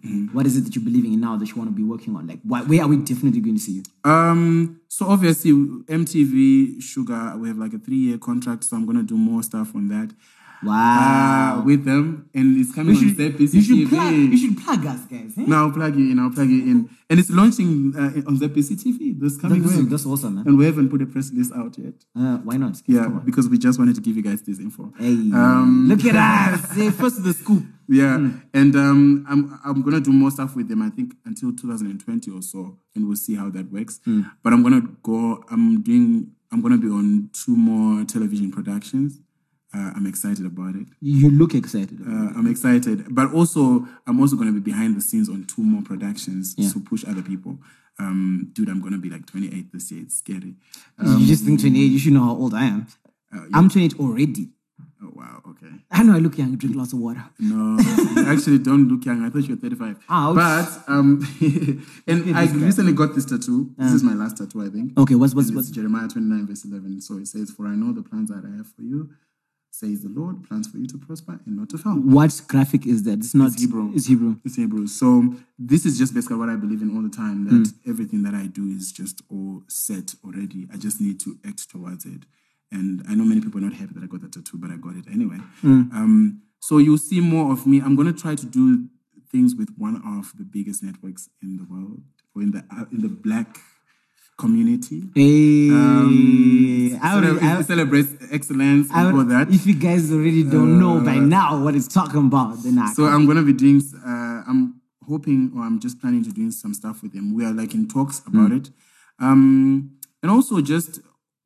Speaker 1: Mm-hmm.
Speaker 3: what is it that you're believing in now that you want to be working on? Like wh- where are we definitely going to see you?
Speaker 1: Um, so obviously MTV Sugar, we have like a three-year contract, so I'm gonna do more stuff on that uh,
Speaker 3: Wow.
Speaker 1: with them, and it's coming
Speaker 3: you,
Speaker 1: on
Speaker 3: should,
Speaker 1: ZPC
Speaker 3: you, should
Speaker 1: TV.
Speaker 3: plug, you should plug us, guys. eh?
Speaker 1: No, I'll plug you in. I'll plug you in, and it's launching uh, on ZPC TV this coming
Speaker 3: that's,
Speaker 1: week,
Speaker 3: that's awesome, man.
Speaker 1: and we haven't put a press release out yet.
Speaker 3: Uh, why not?
Speaker 1: Yeah, um,
Speaker 3: Come on.
Speaker 1: because we just wanted to give you guys this info.
Speaker 3: Hey, look at us. eh? First to the scoop.
Speaker 1: Yeah,
Speaker 3: Hmm.
Speaker 1: and um, I'm I'm gonna do more stuff with them. I think until 2020 or so, and we'll see how that works.
Speaker 3: Hmm.
Speaker 1: But I'm gonna go. I'm doing. I'm gonna be on two more television productions. Uh, I'm excited about it.
Speaker 3: You look excited.
Speaker 1: Uh, I'm excited, but also I'm also gonna be behind the scenes on two more productions to push other people. Um, dude, I'm gonna be like 28 this year. It's scary.
Speaker 3: you just think 28, you should know how old I am.
Speaker 1: uh,
Speaker 3: I'm 28 already.
Speaker 1: Oh wow. Okay.
Speaker 3: I know I look young, drink lots of water.
Speaker 1: No, [laughs] you actually don't look young. I thought you were 35.
Speaker 3: Ouch.
Speaker 1: But, um, [laughs] and I recently got this Oh, tattoo. This is my last tattoo, I think.
Speaker 3: Okay, what's what's
Speaker 1: It's
Speaker 3: what's
Speaker 1: Jeremiah 29, verse 11. So it says, For I know the plans that I have for you, says the Lord, plans for you to prosper and not to fail.
Speaker 3: what graphic is that? It's not
Speaker 1: Hebrew.
Speaker 3: It's Hebrew.
Speaker 1: It's Hebrew. So this is just basically what I believe in all the time that
Speaker 3: Hmm.
Speaker 1: everything that I do is just all set already. I just need to act towards it. And I know many people are not happy that I got that tattoo, but I got it anyway.
Speaker 3: Hmm.
Speaker 1: Um, so you'll see more of me. I'm going to try to do things with one of the biggest networks in the world or in the, uh, in the black community.
Speaker 3: Hey,
Speaker 7: Eh,
Speaker 1: Um,
Speaker 3: I would,
Speaker 1: cele-
Speaker 3: I
Speaker 1: it
Speaker 3: would-
Speaker 1: celebrates excellence
Speaker 3: I
Speaker 1: and all
Speaker 3: would-
Speaker 1: that. uh,
Speaker 3: If you guys already don't know by now what it's talking about, then I
Speaker 1: So I'm gonna be doing. Uh, I'm hoping, or I'm just planning to doing some stuff with them. We are like in talks about it, um, and also just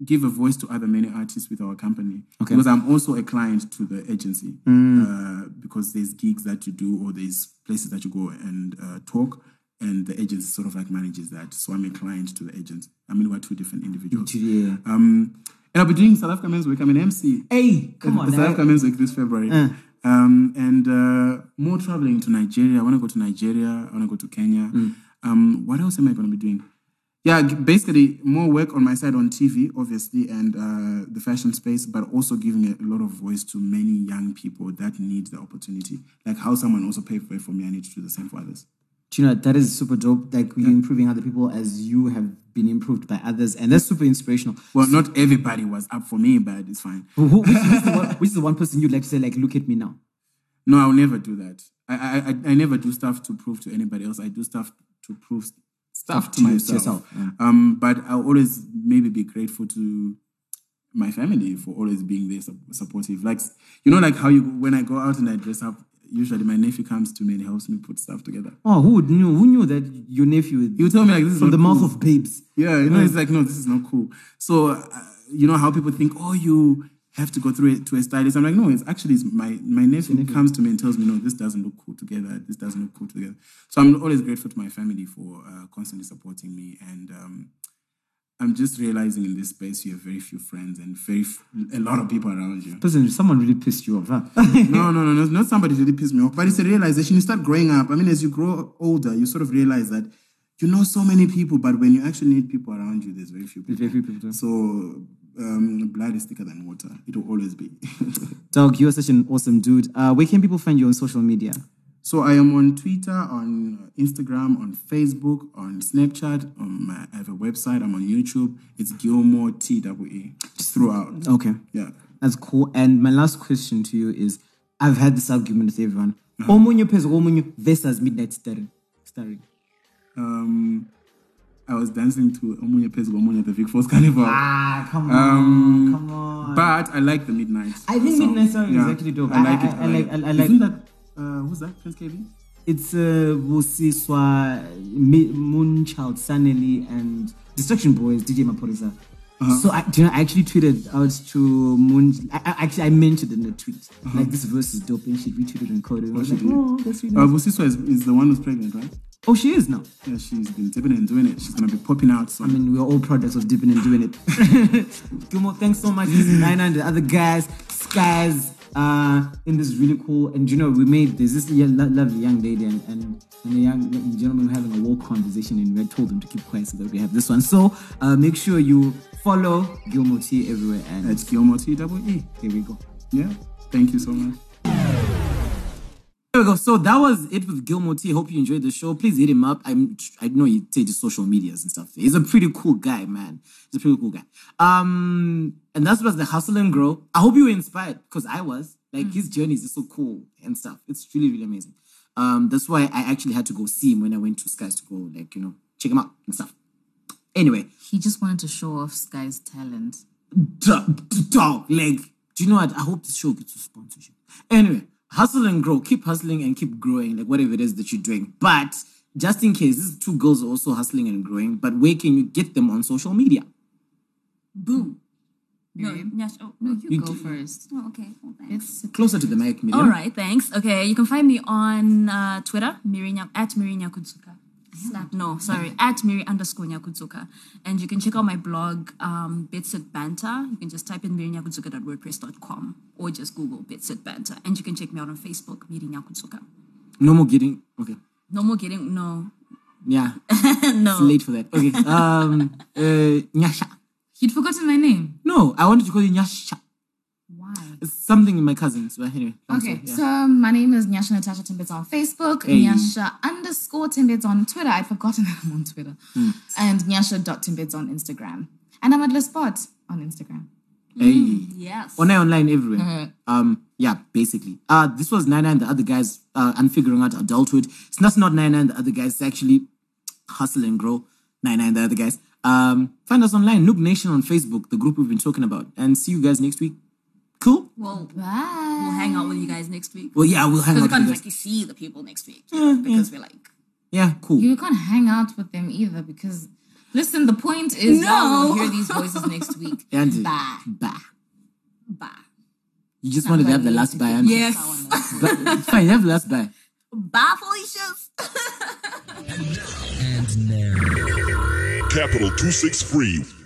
Speaker 1: give a voice to other many artists with our company. Okay. Because I'm also a client to the agency. Uh, because there's gigs that you do, or there's places that you go and uh, talk. And the agency sort of like manages that. So I'm a client to the agent. I mean, we're two different individuals.
Speaker 3: Yeah.
Speaker 1: Um, and I'll be doing South Africa Men's Week. I'm an MC.
Speaker 3: hey, come on,
Speaker 1: South
Speaker 3: now. Uh.
Speaker 1: Africa Men's Week this February. Um, and uh, more traveling to Nigeria. I want to go to Nigeria. I want to go to Kenya.
Speaker 3: Mm.
Speaker 1: Um, what else am I going to be doing? Yeah, g- basically more work on my side on TV, obviously, and uh, the fashion space, but also giving a lot of voice to many young people that need the opportunity. Like how someone also paved way for me, I need to do the same for others.
Speaker 7: Do you know, that is super dope. Like, you're improving other people as you have been improved by others. And that's super inspirational.
Speaker 1: Well, not everybody was up for me, but it's fine.
Speaker 7: Who- who- Which, which is the one, which is the one person you'd like to say, like, look at me now?
Speaker 1: No, I'll never do that. I, I, I, I never do stuff to prove to anybody else. I do stuff to prove s- stuff to
Speaker 7: To you- to
Speaker 1: myself.
Speaker 7: yourself, yeah.
Speaker 1: Um, but I'll always maybe be grateful to my family for always being there sup- supportive. Like you know, like how you when I go out and I dress up. Usually, my nephew comes to me and helps me put stuff together.
Speaker 7: Oh, who would knew? Who knew that your nephew
Speaker 1: You tell me like this is
Speaker 7: from
Speaker 1: not
Speaker 7: the mouth
Speaker 1: cool.
Speaker 7: of babes?
Speaker 1: Yeah, you know, it's like, no, this is not cool. So, uh, you know how people think, oh, you have to go through it to a stylist. I'm like, no, it's actually it's my my nephew, comes to me and tells me, no, this doesn't look cool together. This doesn't look cool together. So I'm always grateful to my family for uh, constantly supporting me. And um, I'm just realizing in this space you have very few friends and very f- a lot of people around you.
Speaker 7: Person, someone really pissed you off, huh? [laughs]
Speaker 1: No, no, no, no, not somebody really pissed me off, but it's a realization. You start growing up. I mean, as you grow older, you sort of realize that you know so many people, but when you actually need people around you, there's very few people.
Speaker 7: very few people.
Speaker 1: So um, blood is thicker than water. It will always be. [laughs]
Speaker 7: Dog, you're such an awesome dude. Uh, where can people find you on social media?
Speaker 1: so I am on Twitter, on Instagram, on Facebook, on Snapchat. On my, I have a website. I'm on YouTube. It's Gilmore T W E throughout.
Speaker 7: Okay.
Speaker 1: Yeah.
Speaker 7: That's cool. And my last question to you is I've had this argument with everyone. Omunye phezu komunye versus Midnight Starring. Starring.
Speaker 1: Um, I was dancing to Omunye Pez Omunye at the Vic Force Carnival.
Speaker 7: Ah, come on.
Speaker 1: Um,
Speaker 7: come on.
Speaker 1: But I like the midnight.
Speaker 7: I think
Speaker 1: song.
Speaker 7: Midnight Starring is actually dope.
Speaker 1: I like
Speaker 7: I-
Speaker 1: it.
Speaker 7: I- I like- I- I like-
Speaker 1: Isn't that uh, who's that? Prince KB.
Speaker 7: It's uh, Busiswa, Mi- Moonchild, Sanelli, and Destruction Boys, DJ Maporisa. So I, do you know, I actually tweeted out to Moon. I, I- actually, I mentioned in the tweet like this verse is dope, and she retweeted and called it. I Uh-huh. was
Speaker 1: she
Speaker 7: like,
Speaker 1: did.
Speaker 7: oh, that's really
Speaker 1: Uh,
Speaker 7: nice."
Speaker 1: Busiswa is, is the one who's pregnant, right?
Speaker 7: oh, she is now.
Speaker 1: Yeah, she's been dipping and doing it. She's gonna be popping out soon.
Speaker 7: I mean, we're all products of dipping and doing [laughs] it. Gilmore, thanks so much. This is Nina and the other guys, Skies, uh, in this really cool. And you know, we made this this yeah, lo- lovely young lady and and, and a young gentleman were having a walk conversation, and we told them to keep quiet so that we have this one. So uh, make sure you follow Gilmore T everywhere. And
Speaker 1: it's Gilmore T double E.
Speaker 7: here we go.
Speaker 1: Yeah. Thank you so much.
Speaker 3: There we go. So that was it with Gilmore T. Hope you enjoyed the show. Please hit him up. I'm I know he did his social medias and stuff. He's a pretty cool guy, man. He's a pretty cool guy. Um, and that was the hustle and grow. I hope you were inspired because I was. Like his journeys is so cool and stuff. It's really really amazing. Um, that's why I actually had to go see him when I went to Skies to go like you know check him out and stuff. Anyway,
Speaker 4: He just wanted to show off Sky's talent.
Speaker 3: dog, dog leg. Do you know what? I hope this show gets a sponsorship. Anyway, hustle and grow. Keep hustling and keep growing, like whatever it is that you're doing. But just in case, these two girls are also hustling and growing, but where can you get them on social media?
Speaker 5: Boom. No,
Speaker 4: Miriam?
Speaker 5: Nyash, oh, no, you.
Speaker 4: You
Speaker 3: d-
Speaker 4: go first.
Speaker 5: Oh, okay. Well, thanks.
Speaker 4: It's
Speaker 3: Closer to the mic, Miriam.
Speaker 5: All right, thanks. Okay, you can find me on uh, Twitter, Mirinya, at Mirinya Kutsuka. Slap, no, sorry, at Miri underscore Nyakutsuka. And you can check out my blog, um, Bitsit Banter. You can just type in mirinyakutsuka.wordpress.com or just Google Bitsit Banter. And you can check me out on Facebook, Miri Nyakutsuka.
Speaker 3: No more getting. Okay.
Speaker 5: No more getting, no,
Speaker 3: Yeah.
Speaker 5: [laughs] no.
Speaker 3: Late for that. Okay. Um. Uh. Nyasha.
Speaker 4: He'd forgotten my name.
Speaker 3: No, I wanted to call you Nyasha.
Speaker 4: Why?
Speaker 3: It's something in my cousins. But anyway. I'm sorry,
Speaker 4: Okay,
Speaker 3: yeah.
Speaker 4: so my name is Nyasha Natasha Timbits on Facebook,
Speaker 3: Hey.
Speaker 4: Nyasha underscore Timbits on Twitter. I'd forgotten [laughs] that I'm on Twitter. And Nyasha.Timbits on Instagram. And I'm at Lespot on Instagram.
Speaker 3: Hey.
Speaker 5: Yes.
Speaker 3: online, online everywhere. Um, yeah, basically. Uh, this was Nana and the other guys uh, and figuring out adulthood. It's not, not Nana and the other guys. It's actually hustle and grow. Nana and the other guys. Um, find us online, Nook Nation on Facebook, the group we've been talking about, and see you guys next week. Cool.
Speaker 5: Well,
Speaker 4: Bye.
Speaker 5: we'll hang out with you guys next week.
Speaker 3: Well, yeah, we'll hang
Speaker 5: Because we
Speaker 3: out. With
Speaker 5: can't
Speaker 3: you guys.
Speaker 5: like see the people next week you know, because we're like,
Speaker 3: Yeah, cool.
Speaker 4: You can't hang out with them either because, listen, the point is
Speaker 5: No.
Speaker 4: y'all will hear these voices next week.
Speaker 3: And
Speaker 4: Bye.
Speaker 3: Bah.
Speaker 5: bah.
Speaker 3: You just wanted to have the
Speaker 4: Bye.
Speaker 3: last buy. and-
Speaker 5: Yes.
Speaker 3: Bah. Fine, you have the last buy.
Speaker 5: Bye, Felicia's.
Speaker 2: Capital 263.